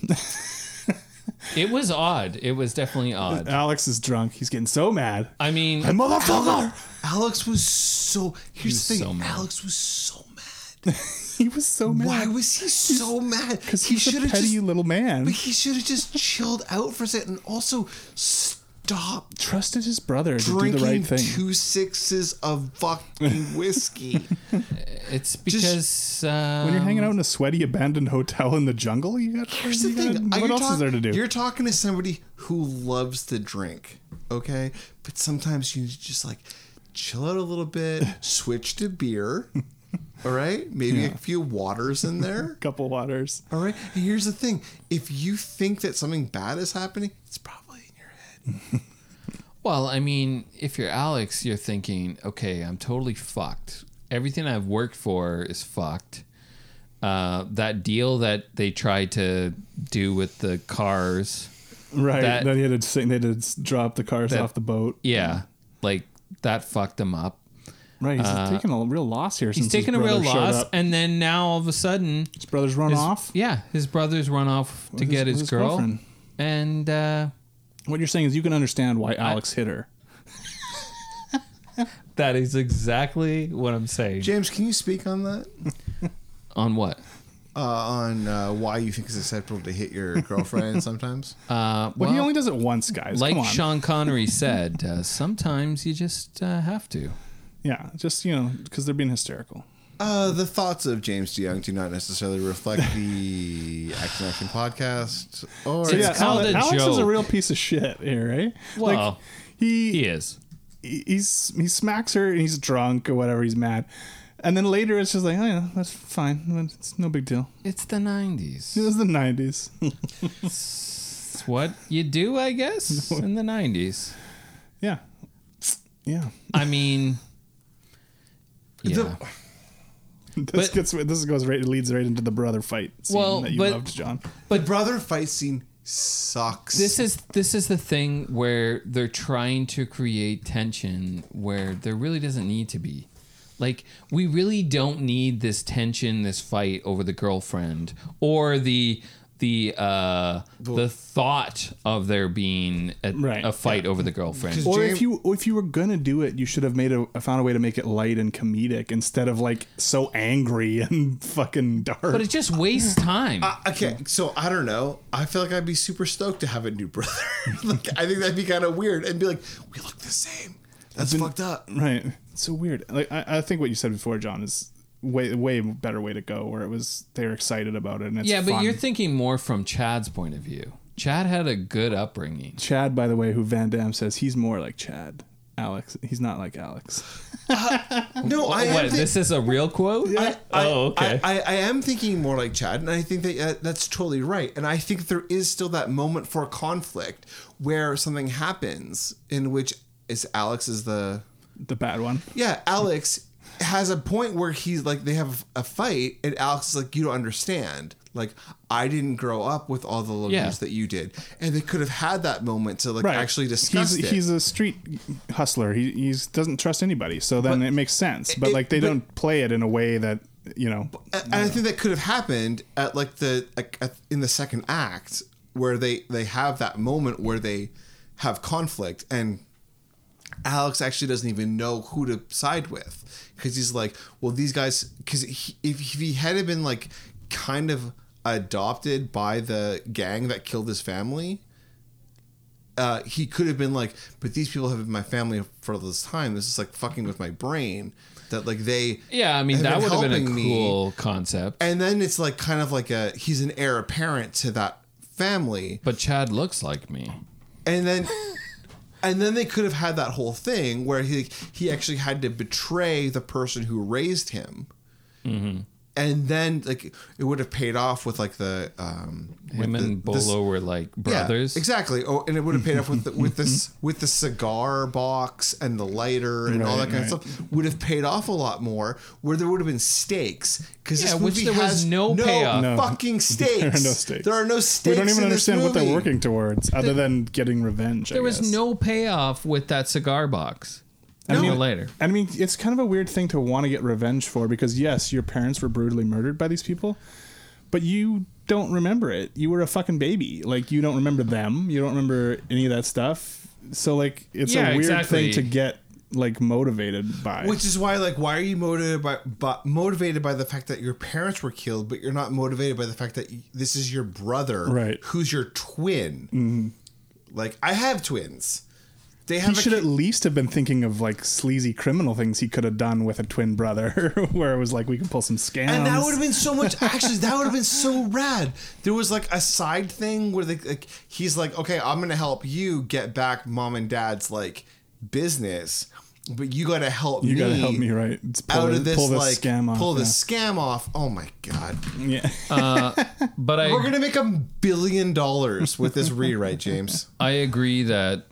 Speaker 4: It was odd. It was definitely odd.
Speaker 3: Alex is drunk. He's getting so mad.
Speaker 4: I mean,
Speaker 3: Hey, motherfucker!
Speaker 5: Alex was so. Here's the
Speaker 4: was
Speaker 5: thing.
Speaker 4: so mad.
Speaker 5: Alex was so mad.
Speaker 3: He was so mad.
Speaker 5: Why was he so mad?
Speaker 3: Because he's a
Speaker 5: should have
Speaker 3: petty
Speaker 5: just.
Speaker 3: little man.
Speaker 5: But he should have just chilled out for a second. And also, stop
Speaker 3: trusted his brother to do the
Speaker 5: drinking
Speaker 3: right thing.
Speaker 5: two sixes of fucking whiskey.
Speaker 4: It's because um,
Speaker 3: when you're hanging out in a sweaty abandoned hotel in the jungle, you got.
Speaker 5: Here's the
Speaker 3: you gotta-
Speaker 5: thing.
Speaker 3: What
Speaker 5: you're
Speaker 3: else
Speaker 5: talk-
Speaker 3: is there to do?
Speaker 5: You're talking to somebody who loves to drink, okay? But sometimes you just like chill out a little bit, switch to beer, all right? Maybe a few waters in there,
Speaker 3: couple waters.
Speaker 5: all right? And here's the thing if you think that something bad is happening, it's probably in your head.
Speaker 4: Well, I mean, if you're Alex, you're thinking, okay, I'm totally fucked. Everything I've worked for is fucked. Uh, that deal that they tried to do with the cars,
Speaker 3: Right.
Speaker 4: That-
Speaker 3: then he had to sing, they had to drop the cars
Speaker 4: That-
Speaker 3: off the boat.
Speaker 4: yeah, like that fucked them up.
Speaker 3: Right. He's taking a real loss here.
Speaker 4: He's
Speaker 3: since his
Speaker 4: taking a real
Speaker 3: brother showed
Speaker 4: loss,
Speaker 3: up.
Speaker 4: and then now all of a sudden,
Speaker 3: His brother's run
Speaker 4: his-
Speaker 3: off.
Speaker 4: Yeah, his brother's run off to
Speaker 3: his-
Speaker 4: get
Speaker 3: with
Speaker 4: his,
Speaker 3: his
Speaker 4: girl,
Speaker 3: girlfriend.
Speaker 4: and uh,
Speaker 3: What you're saying is you can understand why Alex hit her.
Speaker 4: that is exactly what I'm saying.
Speaker 5: James, can you speak on that?
Speaker 4: On what?
Speaker 5: Uh, on uh, why you think it's acceptable to hit your girlfriend sometimes?
Speaker 4: Uh,
Speaker 3: Well,
Speaker 4: well,
Speaker 3: he only does it once, guys.
Speaker 4: like
Speaker 3: Come on.
Speaker 4: Sean Connery said, uh, sometimes you just uh, have to.
Speaker 3: Yeah, just you know, because they're being hysterical.
Speaker 5: Uh, the thoughts of James DeYoung do not necessarily reflect the Action Action podcast. Or
Speaker 4: It's
Speaker 3: yeah,
Speaker 4: called
Speaker 3: Ale-
Speaker 4: a
Speaker 3: Alex is a
Speaker 4: joke.
Speaker 3: real piece of shit here, right? like
Speaker 4: Well,
Speaker 3: he
Speaker 4: He is.
Speaker 3: he- he's he smacks her and he's drunk or whatever. He's mad, and then later it's just like, oh yeah, that's fine. It's no big deal.
Speaker 4: It's the 90s.
Speaker 3: It was the nineties.
Speaker 4: It's what you do, I guess, in the 90s.
Speaker 3: yeah, yeah.
Speaker 4: I mean, yeah.
Speaker 3: This
Speaker 4: But-
Speaker 3: gets this goes right leads right into the brother fight scene
Speaker 4: Well,
Speaker 3: that you
Speaker 4: but-
Speaker 3: loved, John.
Speaker 5: The brother fight scene sucks.
Speaker 4: This is this is the thing where they're trying to create tension where there really doesn't need to be. Like we really don't need this tension, this fight over the girlfriend or the the uh the thought of there being a,
Speaker 3: Right,
Speaker 4: a fight over the girlfriend.
Speaker 3: Or
Speaker 5: Jam-
Speaker 3: if you or if you were gonna do it, you should have made a found a way to make it light and comedic instead of like so angry and fucking dark.
Speaker 4: But it just wastes time.
Speaker 3: Ah,
Speaker 5: Uh, okay, so I don't know. I feel like I'd be super stoked to have a new brother. like I think that'd be kind of weird and be like, we look the same. That's fucked up.
Speaker 3: Right. It's so weird. Like I, I think what you said before, John, is way way better way to go. Where it was they're excited about it and it's
Speaker 4: yeah, but
Speaker 3: fun.
Speaker 4: you're thinking more from Chad's point of view. Chad had a good upbringing.
Speaker 3: Chad, by the way, who Van Damme says he's more like Chad. Alex, he's not like Alex.
Speaker 5: No, I am
Speaker 4: what?
Speaker 5: thi-
Speaker 4: this is a real quote?
Speaker 5: I, I,
Speaker 4: oh, okay.
Speaker 5: I, I, I am thinking more like Chad, and I think that uh, that's totally right. And I think there is still that moment for conflict where something happens in which is Alex is the
Speaker 3: The bad one.
Speaker 5: yeah, Alex has a point where he's like, they have a fight, and Alex is like, you don't understand. Like, I didn't grow up with all the little
Speaker 4: Yeah.
Speaker 5: that you did, and they could have had that moment to like
Speaker 3: Right.
Speaker 5: actually discuss
Speaker 3: he's,
Speaker 5: it.
Speaker 3: he's a street hustler. He he's, doesn't trust anybody. So then it makes sense. But
Speaker 5: it-
Speaker 3: like they
Speaker 5: but-
Speaker 3: don't play it in a way that you know.
Speaker 5: A- and I think that could have happened at like the like at, in the second act where they they have that moment where they have conflict and Alex actually doesn't even know who to side with because he's like, well, these guys because if if he had been like kind of adopted by the gang that killed his family. Uh, he could have been like, but these people have been my family for all this time. This is like fucking with my brain. That like they
Speaker 4: Yeah, I mean, that
Speaker 5: been
Speaker 4: would have been a
Speaker 5: helping me.
Speaker 4: cool concept.
Speaker 5: And then it's like kind of like a he's an heir apparent to that family.
Speaker 4: But Chad looks like me.
Speaker 5: And then and then they could have had that whole thing where he he actually had to betray the person who raised him. And then like it would have paid off with like the um
Speaker 4: Him
Speaker 5: with
Speaker 4: and
Speaker 5: the-
Speaker 4: Bolo
Speaker 5: this-
Speaker 4: were like
Speaker 5: yeah,
Speaker 4: brothers.
Speaker 5: exactly. Oh, and it would have paid off with the, with this with the cigar box and the lighter and all that
Speaker 3: Right,
Speaker 5: kind of
Speaker 3: right.
Speaker 5: stuff would have paid off a lot more. Where there would have been stakes because
Speaker 4: Yeah,
Speaker 5: this
Speaker 4: which
Speaker 5: movie
Speaker 4: there was
Speaker 5: has
Speaker 4: no payoff.
Speaker 3: No.
Speaker 5: fucking stakes.
Speaker 3: There are no stakes.
Speaker 5: There are no
Speaker 3: We
Speaker 5: stakes.
Speaker 3: don't even
Speaker 5: in this
Speaker 3: understand what they're
Speaker 5: movie.
Speaker 3: working towards, other than getting revenge. I
Speaker 4: There was
Speaker 3: guess.
Speaker 4: no payoff with that cigar box. No.
Speaker 3: mean-
Speaker 4: later.
Speaker 3: And I mean, it's kind of a weird thing to want to get revenge for because yes, your parents were brutally murdered by these people, but you don't remember it. You were a fucking baby. Like you don't remember them. You don't remember any of that stuff. So like, it's a
Speaker 4: Yeah,
Speaker 3: weird
Speaker 4: exactly.
Speaker 3: thing to get like motivated by.
Speaker 5: Which is why, like, why are you motivated by, by motivated by the fact that your parents were killed, but you're not motivated by the fact that y- this is your brother,
Speaker 3: Right. Mm-hmm.
Speaker 5: Who's your twin? Like, I have twins. They
Speaker 3: He
Speaker 5: have
Speaker 3: should
Speaker 5: a,
Speaker 3: at least have been thinking of like sleazy criminal things he could have done with a twin brother, where it was like we can pull some scams.
Speaker 5: and that would have been so much. Actually, that would have been so rad. There was like a side thing where the, like he's like, okay, I'm gonna help you get back mom and dad's like business, but you gotta help
Speaker 3: you
Speaker 5: me.
Speaker 3: gotta help me, right? It's pull,
Speaker 5: Out of this,
Speaker 3: pull this
Speaker 5: like
Speaker 3: scam off.
Speaker 5: pull
Speaker 3: yeah.
Speaker 5: this scam off. Oh my god,
Speaker 3: Yeah.
Speaker 4: But I
Speaker 5: we're gonna make a billion dollars with this rewrite, James.
Speaker 4: I agree that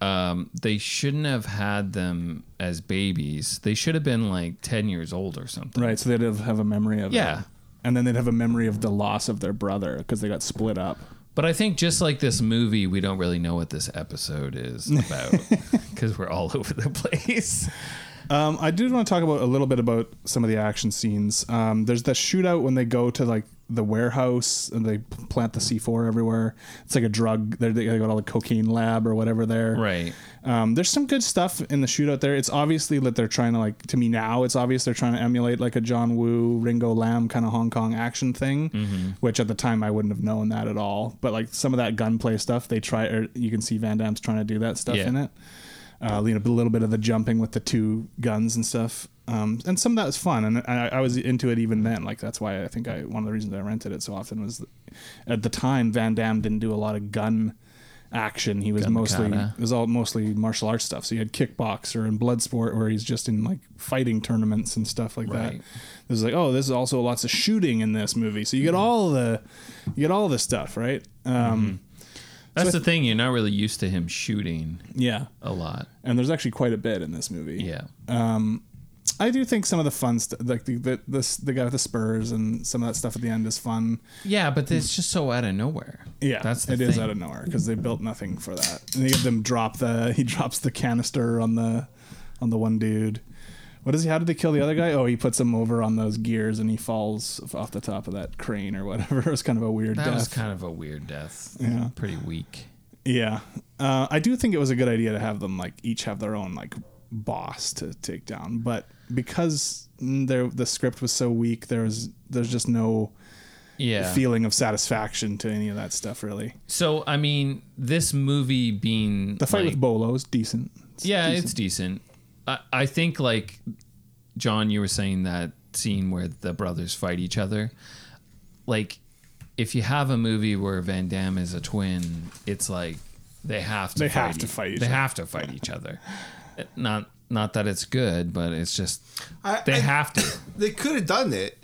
Speaker 4: um, they shouldn't have had them as babies. They should have been like ten years old or something.
Speaker 3: right. So they'd have, have a memory of it.
Speaker 4: Yeah.
Speaker 3: And then they'd have a memory of the loss of their brother because they got split up.
Speaker 4: But I think just like this movie, we don't really know what this episode is about because we're all over the place.
Speaker 3: Um, I did want to talk about a little bit about some of the action scenes. Um, there's the shootout when they go to like the warehouse and they p- plant the C4 everywhere. It's like a drug. They're, they got all the cocaine lab or whatever there.
Speaker 4: Right.
Speaker 3: Um, there's some good stuff in the shootout there. It's obviously that they're trying to like to me now. It's obvious they're trying to emulate like a John Woo, Ringo Lam kind of Hong Kong action thing, which at the time I wouldn't have known that at all. But like some of that gunplay stuff, they try. Or you can see Van Damme's trying to do that stuff
Speaker 4: Yeah.
Speaker 3: in it. Uh, you know, a little bit of the jumping with the two guns and stuff. Um, and some of that was fun, and I, I was into it even then. Like that's why I think I one of the reasons I rented it so often was, at the time Van Damme didn't do a lot of gun action. He was mostly
Speaker 4: kata.
Speaker 3: it was all mostly martial arts stuff. So you had kickboxer and blood sport where he's just in like fighting tournaments and stuff like that.
Speaker 4: Right.
Speaker 3: It was like, oh, there's also lots of shooting in this movie. So you
Speaker 4: Mm-hmm.
Speaker 3: get all the you get all this stuff, right? Um,
Speaker 4: That's the thing. You're not really used to him shooting
Speaker 3: Yeah.
Speaker 4: a lot.
Speaker 3: And there's actually quite a bit in this movie.
Speaker 4: Mm-hmm. Oh. Yeah.
Speaker 3: I do think some of the fun stuff, like the the, the the guy with the spurs and some of that stuff at the end, is fun.
Speaker 4: Yeah, but it's just so out of nowhere.
Speaker 3: Yeah, that's
Speaker 4: That's the
Speaker 3: it
Speaker 4: thing.
Speaker 3: is out of nowhere because they built nothing for that. And they give them drop the he drops the canister on the on the one dude. What is he? How did they kill the other guy? Oh, he puts him over on those gears and he falls off the top of that crane or whatever. It was kind of a weird
Speaker 4: that
Speaker 3: death.
Speaker 4: was kind of a weird death.
Speaker 3: Yeah.
Speaker 4: Pretty weak.
Speaker 3: yeah, uh, I do think it was a good idea to have them like each have their own like boss to take down, but because there the script was so weak, there was there's just no
Speaker 4: Yeah.
Speaker 3: feeling of satisfaction to any of that stuff really.
Speaker 4: so I mean, this movie being
Speaker 3: The fight
Speaker 4: like,
Speaker 3: with Bolo's decent. It's
Speaker 4: yeah,
Speaker 3: decent.
Speaker 4: it's decent. I, I think like John, you were saying that scene where the brothers fight each other. Like, if you have a movie where Van Damme is a twin, it's like they have to.
Speaker 3: They
Speaker 4: fight
Speaker 3: have to
Speaker 4: e-
Speaker 3: fight each
Speaker 4: They
Speaker 3: other.
Speaker 4: have to fight each other. Not not that it's good, but it's just
Speaker 5: I-
Speaker 4: they
Speaker 5: I-
Speaker 4: have to.
Speaker 5: they could have done it.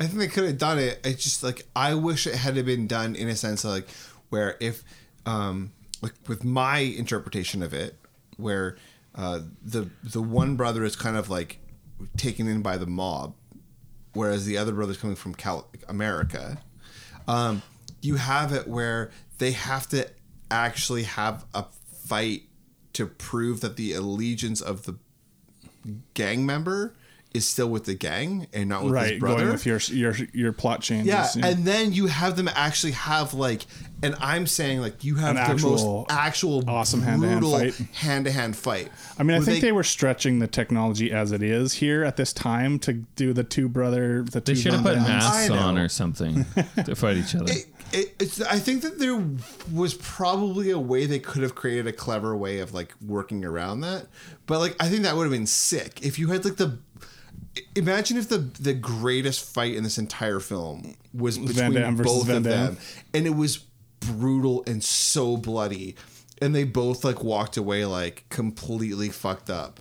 Speaker 5: I think they could have done it. It's just like I wish it had been done in a sense of like where if um like with my interpretation of it, where uh the the one brother is kind of like taken in by the mob, whereas the other brother's coming from Cal- America. Um, you have it where they have to actually have a fight to prove that the allegiance of the gang member is still with the gang and not with his
Speaker 3: right
Speaker 5: brother.
Speaker 3: going with your your your plot changes
Speaker 5: yeah,
Speaker 3: you know.
Speaker 5: and then you have them actually have like, and I'm saying like you have
Speaker 3: An
Speaker 5: the
Speaker 3: actual
Speaker 5: most actual
Speaker 3: awesome hand-to-hand
Speaker 5: brutal
Speaker 3: fight.
Speaker 5: hand-to-hand fight.
Speaker 3: i mean i
Speaker 5: Where
Speaker 3: think they, were stretching the technology as it is here at this time to do the two brother the
Speaker 4: They
Speaker 3: two
Speaker 4: should have put
Speaker 3: Van Dammes.
Speaker 4: masks
Speaker 5: I
Speaker 4: on
Speaker 5: know.
Speaker 4: or something to fight each other.
Speaker 5: It, it, it's, I think that there was probably a way they could have created a clever way of like working around that, but like I think that would have been sick if you had like the. Imagine if the the greatest fight in this entire film was between
Speaker 3: Damme versus
Speaker 5: both
Speaker 3: Van
Speaker 5: of
Speaker 3: Damme.
Speaker 5: them, and it was brutal and so bloody, and they both like walked away like completely fucked up.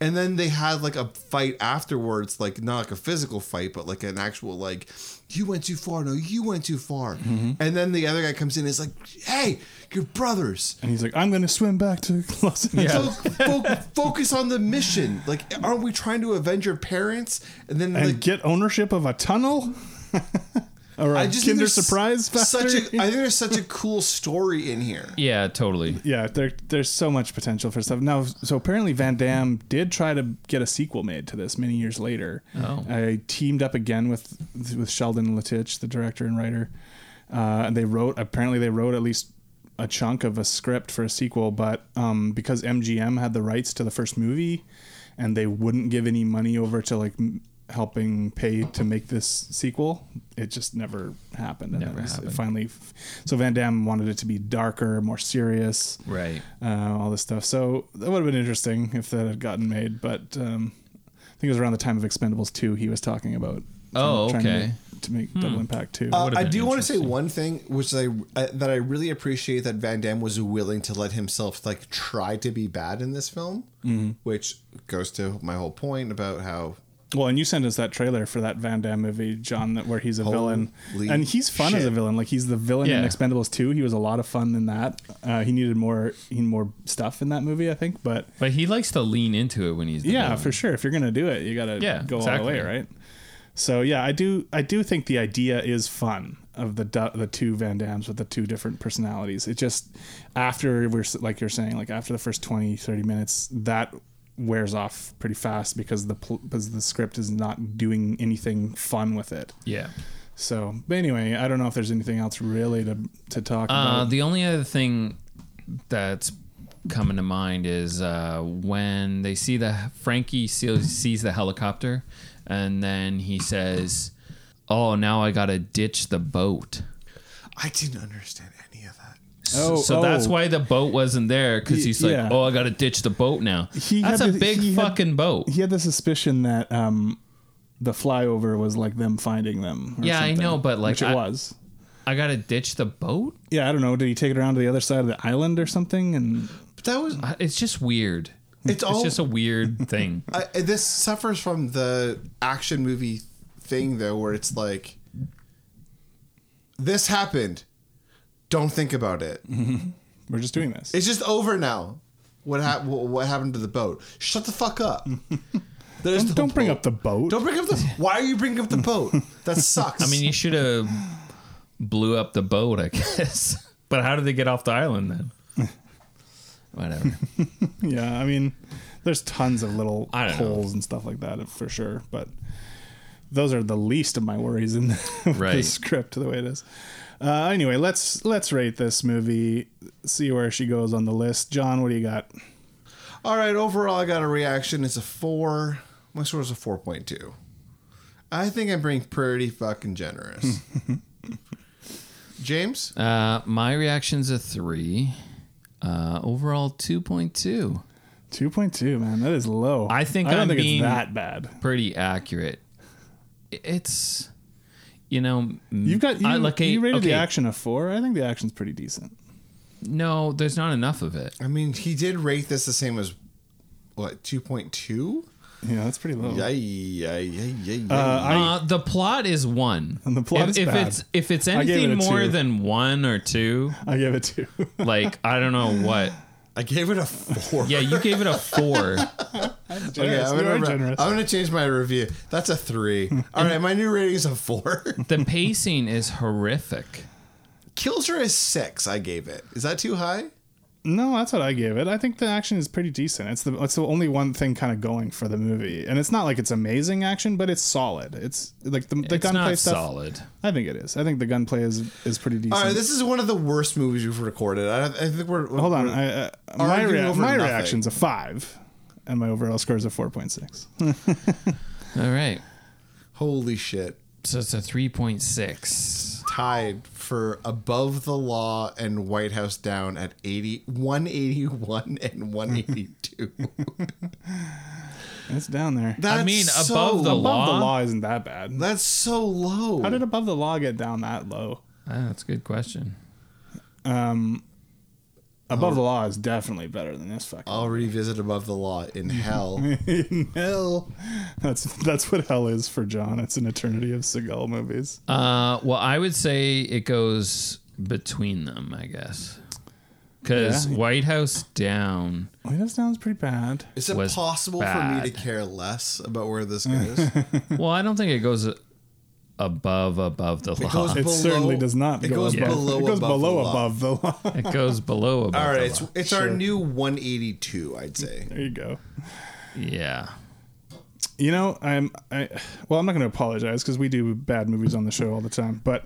Speaker 5: And then they had like a fight afterwards, like not like a physical fight, but like an actual like, you went too far. No, you went too far.
Speaker 3: Mm-hmm.
Speaker 5: And then the other guy comes in, and is like, hey, you're brothers.
Speaker 3: and he's like i'm gonna swim back to los angeles
Speaker 4: Yeah.
Speaker 5: Fo- fo- focus on the mission. Like, aren't we trying to avenge your parents? And then
Speaker 3: and
Speaker 5: like,
Speaker 3: get ownership of a tunnel or a
Speaker 5: I just think
Speaker 3: kinder
Speaker 5: there's
Speaker 3: surprise
Speaker 5: Such a, I
Speaker 3: factory
Speaker 5: think there's such a cool story in here.
Speaker 4: yeah, totally.
Speaker 3: yeah, there, there's so much potential for stuff. Now, so apparently Van Damme did try to get a sequel made to this many years later.
Speaker 4: Oh.
Speaker 3: I teamed up again with with Sheldon Letich, the director and writer. Uh, and they wrote apparently they wrote at least a chunk of a script for a sequel, but um, because MGM had the rights to the first movie, and they wouldn't give any money over to like m- helping pay to make this sequel. It just never happened. And
Speaker 4: Never
Speaker 3: it was- it
Speaker 4: happened.
Speaker 3: finally, so Van Damme wanted it to be darker, more serious,
Speaker 4: Right.
Speaker 3: uh, all this stuff. So that would have been interesting if that had gotten made. But um, I think it was around the time of Expendables 2 he was talking about.
Speaker 4: Oh,
Speaker 3: trying to-
Speaker 4: okay. Hmm.
Speaker 3: To make Double Impact 2.
Speaker 5: Uh,
Speaker 4: would've
Speaker 5: I
Speaker 4: been
Speaker 5: do want to say
Speaker 4: interesting.
Speaker 5: one thing, which I uh, that I really appreciate that Van Damme was willing to let himself like try to be bad in this film, which goes to my whole point about how
Speaker 3: Well, and you sent us that trailer for that Van Damme movie, John, that where he's a
Speaker 5: Holy
Speaker 3: villain, and he's fun as a
Speaker 5: shit.
Speaker 3: villain. Like he's the villain in
Speaker 4: Yeah.
Speaker 3: Expendables 2. He was a lot of fun in that. Uh, he needed more, he needed more stuff in that movie, I think. But
Speaker 4: But he likes to lean into it when he's the
Speaker 3: yeah,
Speaker 4: villain.
Speaker 3: for sure. If you're gonna do it, you gotta
Speaker 4: Yeah,
Speaker 3: go all
Speaker 4: exactly.
Speaker 3: the way, right? So yeah, I do. I do think the idea is fun of the du- the two Van Dams with the two different personalities. It just after we're s- like you're saying, like after the first 20, 30 minutes, that wears off pretty fast because the pl- because the script is not doing anything fun with it.
Speaker 4: Yeah.
Speaker 3: So, but anyway, I don't know if there's anything else really to to talk
Speaker 4: Uh,
Speaker 3: about.
Speaker 4: the only other thing that's coming to mind is uh, when they see the Frankie sees, sees the helicopter, and then he says, "Oh, now I gotta ditch the boat."
Speaker 5: I didn't understand any of that.
Speaker 4: So, so that's
Speaker 3: oh.
Speaker 4: why the boat wasn't there because
Speaker 3: Y-
Speaker 4: he's like,
Speaker 3: yeah.
Speaker 4: "Oh, I gotta ditch the boat now."
Speaker 3: He
Speaker 4: that's a
Speaker 3: had the-
Speaker 4: big
Speaker 3: he had-
Speaker 4: fucking boat.
Speaker 3: he had the suspicion that um, the flyover was like them finding them. or
Speaker 4: Yeah, I
Speaker 3: something,
Speaker 4: know, but, like,
Speaker 3: which it
Speaker 4: I-
Speaker 3: was.
Speaker 4: I gotta ditch the boat.
Speaker 3: Yeah, I don't know. Did he take it around to the other side of the island or something? And
Speaker 5: But that was
Speaker 4: I- Uh, It's just weird.
Speaker 5: it's all
Speaker 4: Mm.
Speaker 3: Oh.
Speaker 4: It's just a weird thing.
Speaker 5: I, this suffers from the action movie thing though, where it's like this happened. Don't think about it.
Speaker 3: we're just doing this.
Speaker 5: It's just over now. What hap- wh- What happened to the boat? Shut the fuck up. There's
Speaker 3: don't
Speaker 5: the
Speaker 3: don't bring
Speaker 5: boat.
Speaker 3: up the boat.
Speaker 5: Don't bring up the. Why are you bringing up the boat? That sucks.
Speaker 4: I mean, you should have blew up the boat, I guess. But how did they get off the island then? Whatever.
Speaker 3: yeah, I mean, there's tons of little
Speaker 4: I don't know.
Speaker 3: holes and stuff like that for sure. But those are the least of my worries in the, with the
Speaker 4: Right.
Speaker 3: script the way it is. Uh, anyway, let's let's rate this movie. See where she goes on the list. John, what do you got?
Speaker 5: all right. Overall, I got a reaction. It's a four. My score is a four point two. I think I'm being pretty fucking generous. James,
Speaker 4: Uh, my reaction's a three. Uh, overall, two point two.
Speaker 3: Two point two, man. That is low.
Speaker 4: I think
Speaker 3: I don't
Speaker 4: I'm
Speaker 3: think
Speaker 4: being-
Speaker 3: it's that bad.
Speaker 4: Pretty accurate. It's, you know,
Speaker 3: You've got you,
Speaker 4: I like a-
Speaker 3: you rated
Speaker 4: okay.
Speaker 3: the action a four. I think the action's pretty decent.
Speaker 4: no, there's not enough of it.
Speaker 5: I mean, he did rate this the same as what two point two.
Speaker 3: Yeah, that's pretty low.
Speaker 5: Yeah, yeah, yeah, yeah.
Speaker 4: Uh, the plot is one.
Speaker 3: And the plot
Speaker 4: if,
Speaker 3: is
Speaker 4: if
Speaker 3: bad.
Speaker 4: it's if it's
Speaker 3: I gave it
Speaker 4: anything
Speaker 3: a
Speaker 4: more
Speaker 3: two.
Speaker 4: than one or two,
Speaker 3: I gave it two.
Speaker 4: like I don't know what.
Speaker 5: I gave it a four.
Speaker 4: Yeah, you gave it a four.
Speaker 5: Okay,
Speaker 3: Generous.
Speaker 5: I'm,
Speaker 3: You are
Speaker 5: gonna,
Speaker 3: generous.
Speaker 5: I'm gonna change my review. That's a three. All right, my new rating is a four.
Speaker 4: The pacing is horrific.
Speaker 5: Kills her is six. I gave it. Is that too high?
Speaker 3: No, that's what I gave it. I think the action is pretty decent. It's the it's the only one thing kind of going for the movie, and it's not like it's amazing action, but it's solid. It's like the, the
Speaker 4: it's
Speaker 3: gunplay
Speaker 4: not
Speaker 3: stuff.
Speaker 4: solid.
Speaker 3: I think it is. I think the gunplay is is pretty decent.
Speaker 5: All right, this is one of the worst movies we've recorded. I, I think we're
Speaker 3: Hold on,
Speaker 5: we're-
Speaker 3: I, uh, my
Speaker 5: arguing
Speaker 3: rea-
Speaker 5: over
Speaker 3: my
Speaker 5: nothing.
Speaker 3: reaction's a five, and my overall score is a four point six.
Speaker 4: All right.
Speaker 5: holy shit!
Speaker 4: So it's a 3.6.
Speaker 5: Tied for Above the Law and White House Down at 80, 181 and one eighty two.
Speaker 3: It's down there.
Speaker 5: That's
Speaker 4: I mean,
Speaker 5: so,
Speaker 4: Above the
Speaker 3: above
Speaker 4: Law?
Speaker 3: the law isn't that bad.
Speaker 5: That's so low.
Speaker 3: How did above the law get down that low?
Speaker 4: Ah, that's a good question.
Speaker 3: Above the law is definitely better than this fucking.
Speaker 5: I'll revisit Above the Law in hell.
Speaker 3: hell. That's that's what hell is for John. It's an eternity of Seagal movies.
Speaker 4: Uh, well, I would say it goes between them, I guess. Because
Speaker 3: Yeah.
Speaker 4: White House Down,
Speaker 3: Wait, that sounds pretty bad.
Speaker 5: Is it
Speaker 4: Was
Speaker 5: possible for me
Speaker 4: bad.
Speaker 5: to care less about where this goes?
Speaker 4: well, I don't think it goes above, above the law.
Speaker 5: goes-
Speaker 3: It
Speaker 5: Below-
Speaker 3: certainly does not.
Speaker 5: it
Speaker 3: go
Speaker 5: goes
Speaker 3: above,
Speaker 5: below
Speaker 3: It goes
Speaker 5: above
Speaker 3: below
Speaker 5: the law.
Speaker 3: above the law.
Speaker 4: it goes below above
Speaker 5: All right,
Speaker 4: the
Speaker 5: it's
Speaker 4: law.
Speaker 5: it's our new 182, I'd say.
Speaker 3: there you go.
Speaker 4: Yeah.
Speaker 3: You know, I'm I well, I'm not going to apologize because we do bad movies on the show all the time, but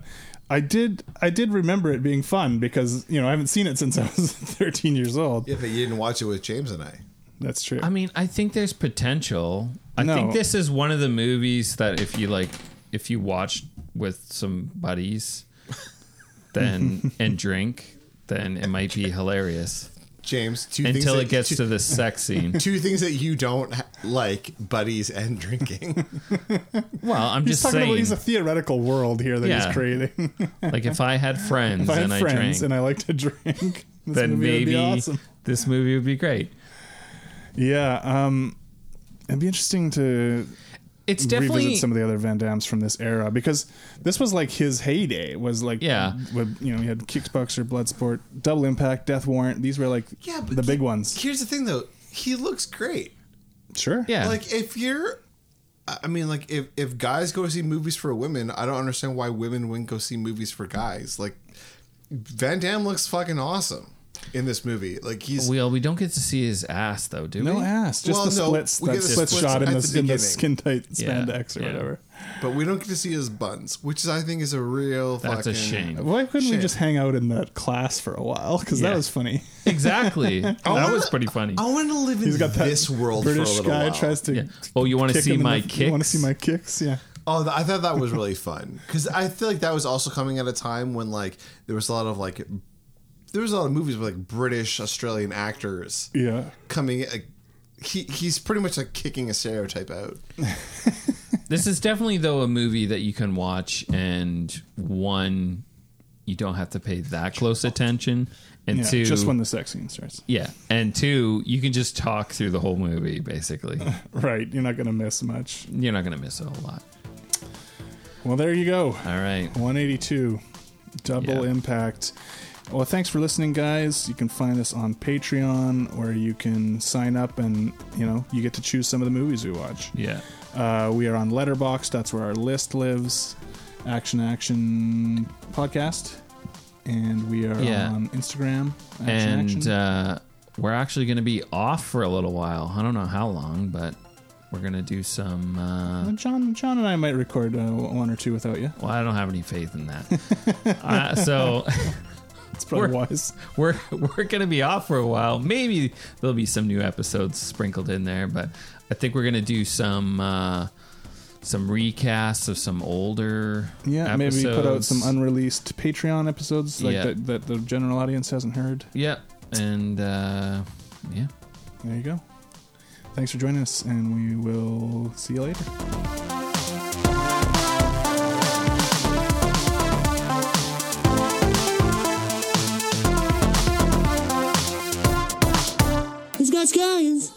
Speaker 3: I did I did remember it being fun because you know I haven't seen it since I was 13 years old.
Speaker 5: Yeah, but you didn't watch it with James and I.
Speaker 3: That's true.
Speaker 4: I mean, I think there's potential. I
Speaker 3: No.
Speaker 4: think this is one of the movies that if you like, if you watch with some buddies, then and drink, then it might be hilarious
Speaker 5: James, two things
Speaker 4: until
Speaker 5: that,
Speaker 4: it gets
Speaker 5: two,
Speaker 4: to the sex scene.
Speaker 5: two things that you don't ha- like: buddies and drinking.
Speaker 4: Well, I'm
Speaker 3: he's
Speaker 4: just
Speaker 3: talking about
Speaker 4: saying,
Speaker 3: he's a theoretical world here that
Speaker 4: Yeah.
Speaker 3: he's creating.
Speaker 4: like if I had friends
Speaker 3: if I had
Speaker 4: and I
Speaker 3: friends
Speaker 4: drank,
Speaker 3: and I like to drink, this movie
Speaker 4: then
Speaker 3: would
Speaker 4: maybe
Speaker 3: be awesome.
Speaker 4: this movie would be great.
Speaker 3: Yeah, um, it'd be interesting to
Speaker 4: It's definitely
Speaker 3: revisit some of the other Van Dams from this era because this was like his heyday. Was like
Speaker 4: Yeah.
Speaker 3: when, you know he had Kickboxer, Bloodsport, Double Impact, Death Warrant. These were like
Speaker 5: Yeah, but
Speaker 3: the big
Speaker 5: he-
Speaker 3: ones.
Speaker 5: Here's the thing, though: he looks great.
Speaker 3: Sure.
Speaker 4: yeah.
Speaker 5: Like if you're, I I mean, like if if guys go see movies for women, I don't understand why women wouldn't go see movies for guys. Like Van Damme looks fucking awesome in this movie. Like he's
Speaker 4: well, we don't get to see his ass though, do
Speaker 3: No
Speaker 4: we?
Speaker 3: ass, just
Speaker 5: Well,
Speaker 3: the
Speaker 5: no,
Speaker 3: splits.
Speaker 5: we
Speaker 3: that
Speaker 5: get the
Speaker 3: split
Speaker 5: splits
Speaker 3: shot in
Speaker 5: at
Speaker 3: the,
Speaker 5: the
Speaker 3: in the
Speaker 5: beginning.
Speaker 3: skin tight
Speaker 4: Yeah,
Speaker 3: spandex or
Speaker 4: yeah.
Speaker 3: whatever.
Speaker 5: but we don't get to see his buns, which is, I think is a real.
Speaker 4: That's
Speaker 5: fucking,
Speaker 4: a shame.
Speaker 3: Why couldn't we
Speaker 5: Shit.
Speaker 3: just hang out in that class for a while? Because
Speaker 4: Yeah.
Speaker 3: that was funny.
Speaker 4: Exactly.
Speaker 3: Oh,
Speaker 4: that was pretty funny.
Speaker 5: I want to live in
Speaker 3: He's got that
Speaker 5: this world for a
Speaker 3: British
Speaker 5: little
Speaker 3: guy
Speaker 5: while.
Speaker 3: tries to.
Speaker 4: Yeah. Oh, you want to
Speaker 3: kick
Speaker 4: see
Speaker 3: him in
Speaker 4: my
Speaker 3: the,
Speaker 4: kicks?
Speaker 3: You want to see my kicks? Yeah.
Speaker 5: Oh, th- I thought that was really fun because I feel like that was also coming at a time when like there was a lot of like there was a lot of movies with like British Australian actors
Speaker 3: Yeah.
Speaker 5: coming. Like, he he's pretty much like kicking a stereotype out.
Speaker 4: This is definitely though a movie that you can watch and one you don't have to pay that close attention and
Speaker 3: Yeah,
Speaker 4: two
Speaker 3: just when the sex scene starts.
Speaker 4: yeah and two you can just talk through the whole movie basically
Speaker 3: Right, you're not going to miss much.
Speaker 4: you're not gonna miss a whole lot
Speaker 3: Well, there you go.
Speaker 4: all right
Speaker 3: 182 double
Speaker 4: Yeah.
Speaker 3: impact well thanks for listening guys you can find us on patreon or you can sign up and you know you get to choose some of the movies we watch
Speaker 4: yeah
Speaker 3: uh, we are on letterbox that's where our list lives action action podcast and we are
Speaker 4: Yeah.
Speaker 3: on instagram action
Speaker 4: and
Speaker 3: action
Speaker 4: uh, we're actually gonna be off for a little while i don't know how long but we're gonna do some uh,
Speaker 3: Well, john john and i might record uh, one or two without you
Speaker 4: well i don't have any faith in that uh, so
Speaker 3: it's probably
Speaker 4: We're-
Speaker 3: wise
Speaker 4: we're we're gonna be off for a while. Maybe there'll be some new episodes sprinkled in there, but I think we're gonna do some uh, some recasts of some older
Speaker 3: yeah
Speaker 4: episodes.
Speaker 3: maybe put out some unreleased patreon episodes like
Speaker 4: Yeah.
Speaker 3: that, that the general audience hasn't heard
Speaker 4: yeah, and uh, yeah.
Speaker 3: There you go. Thanks for joining us, and we will see you later.
Speaker 8: He's got scallions.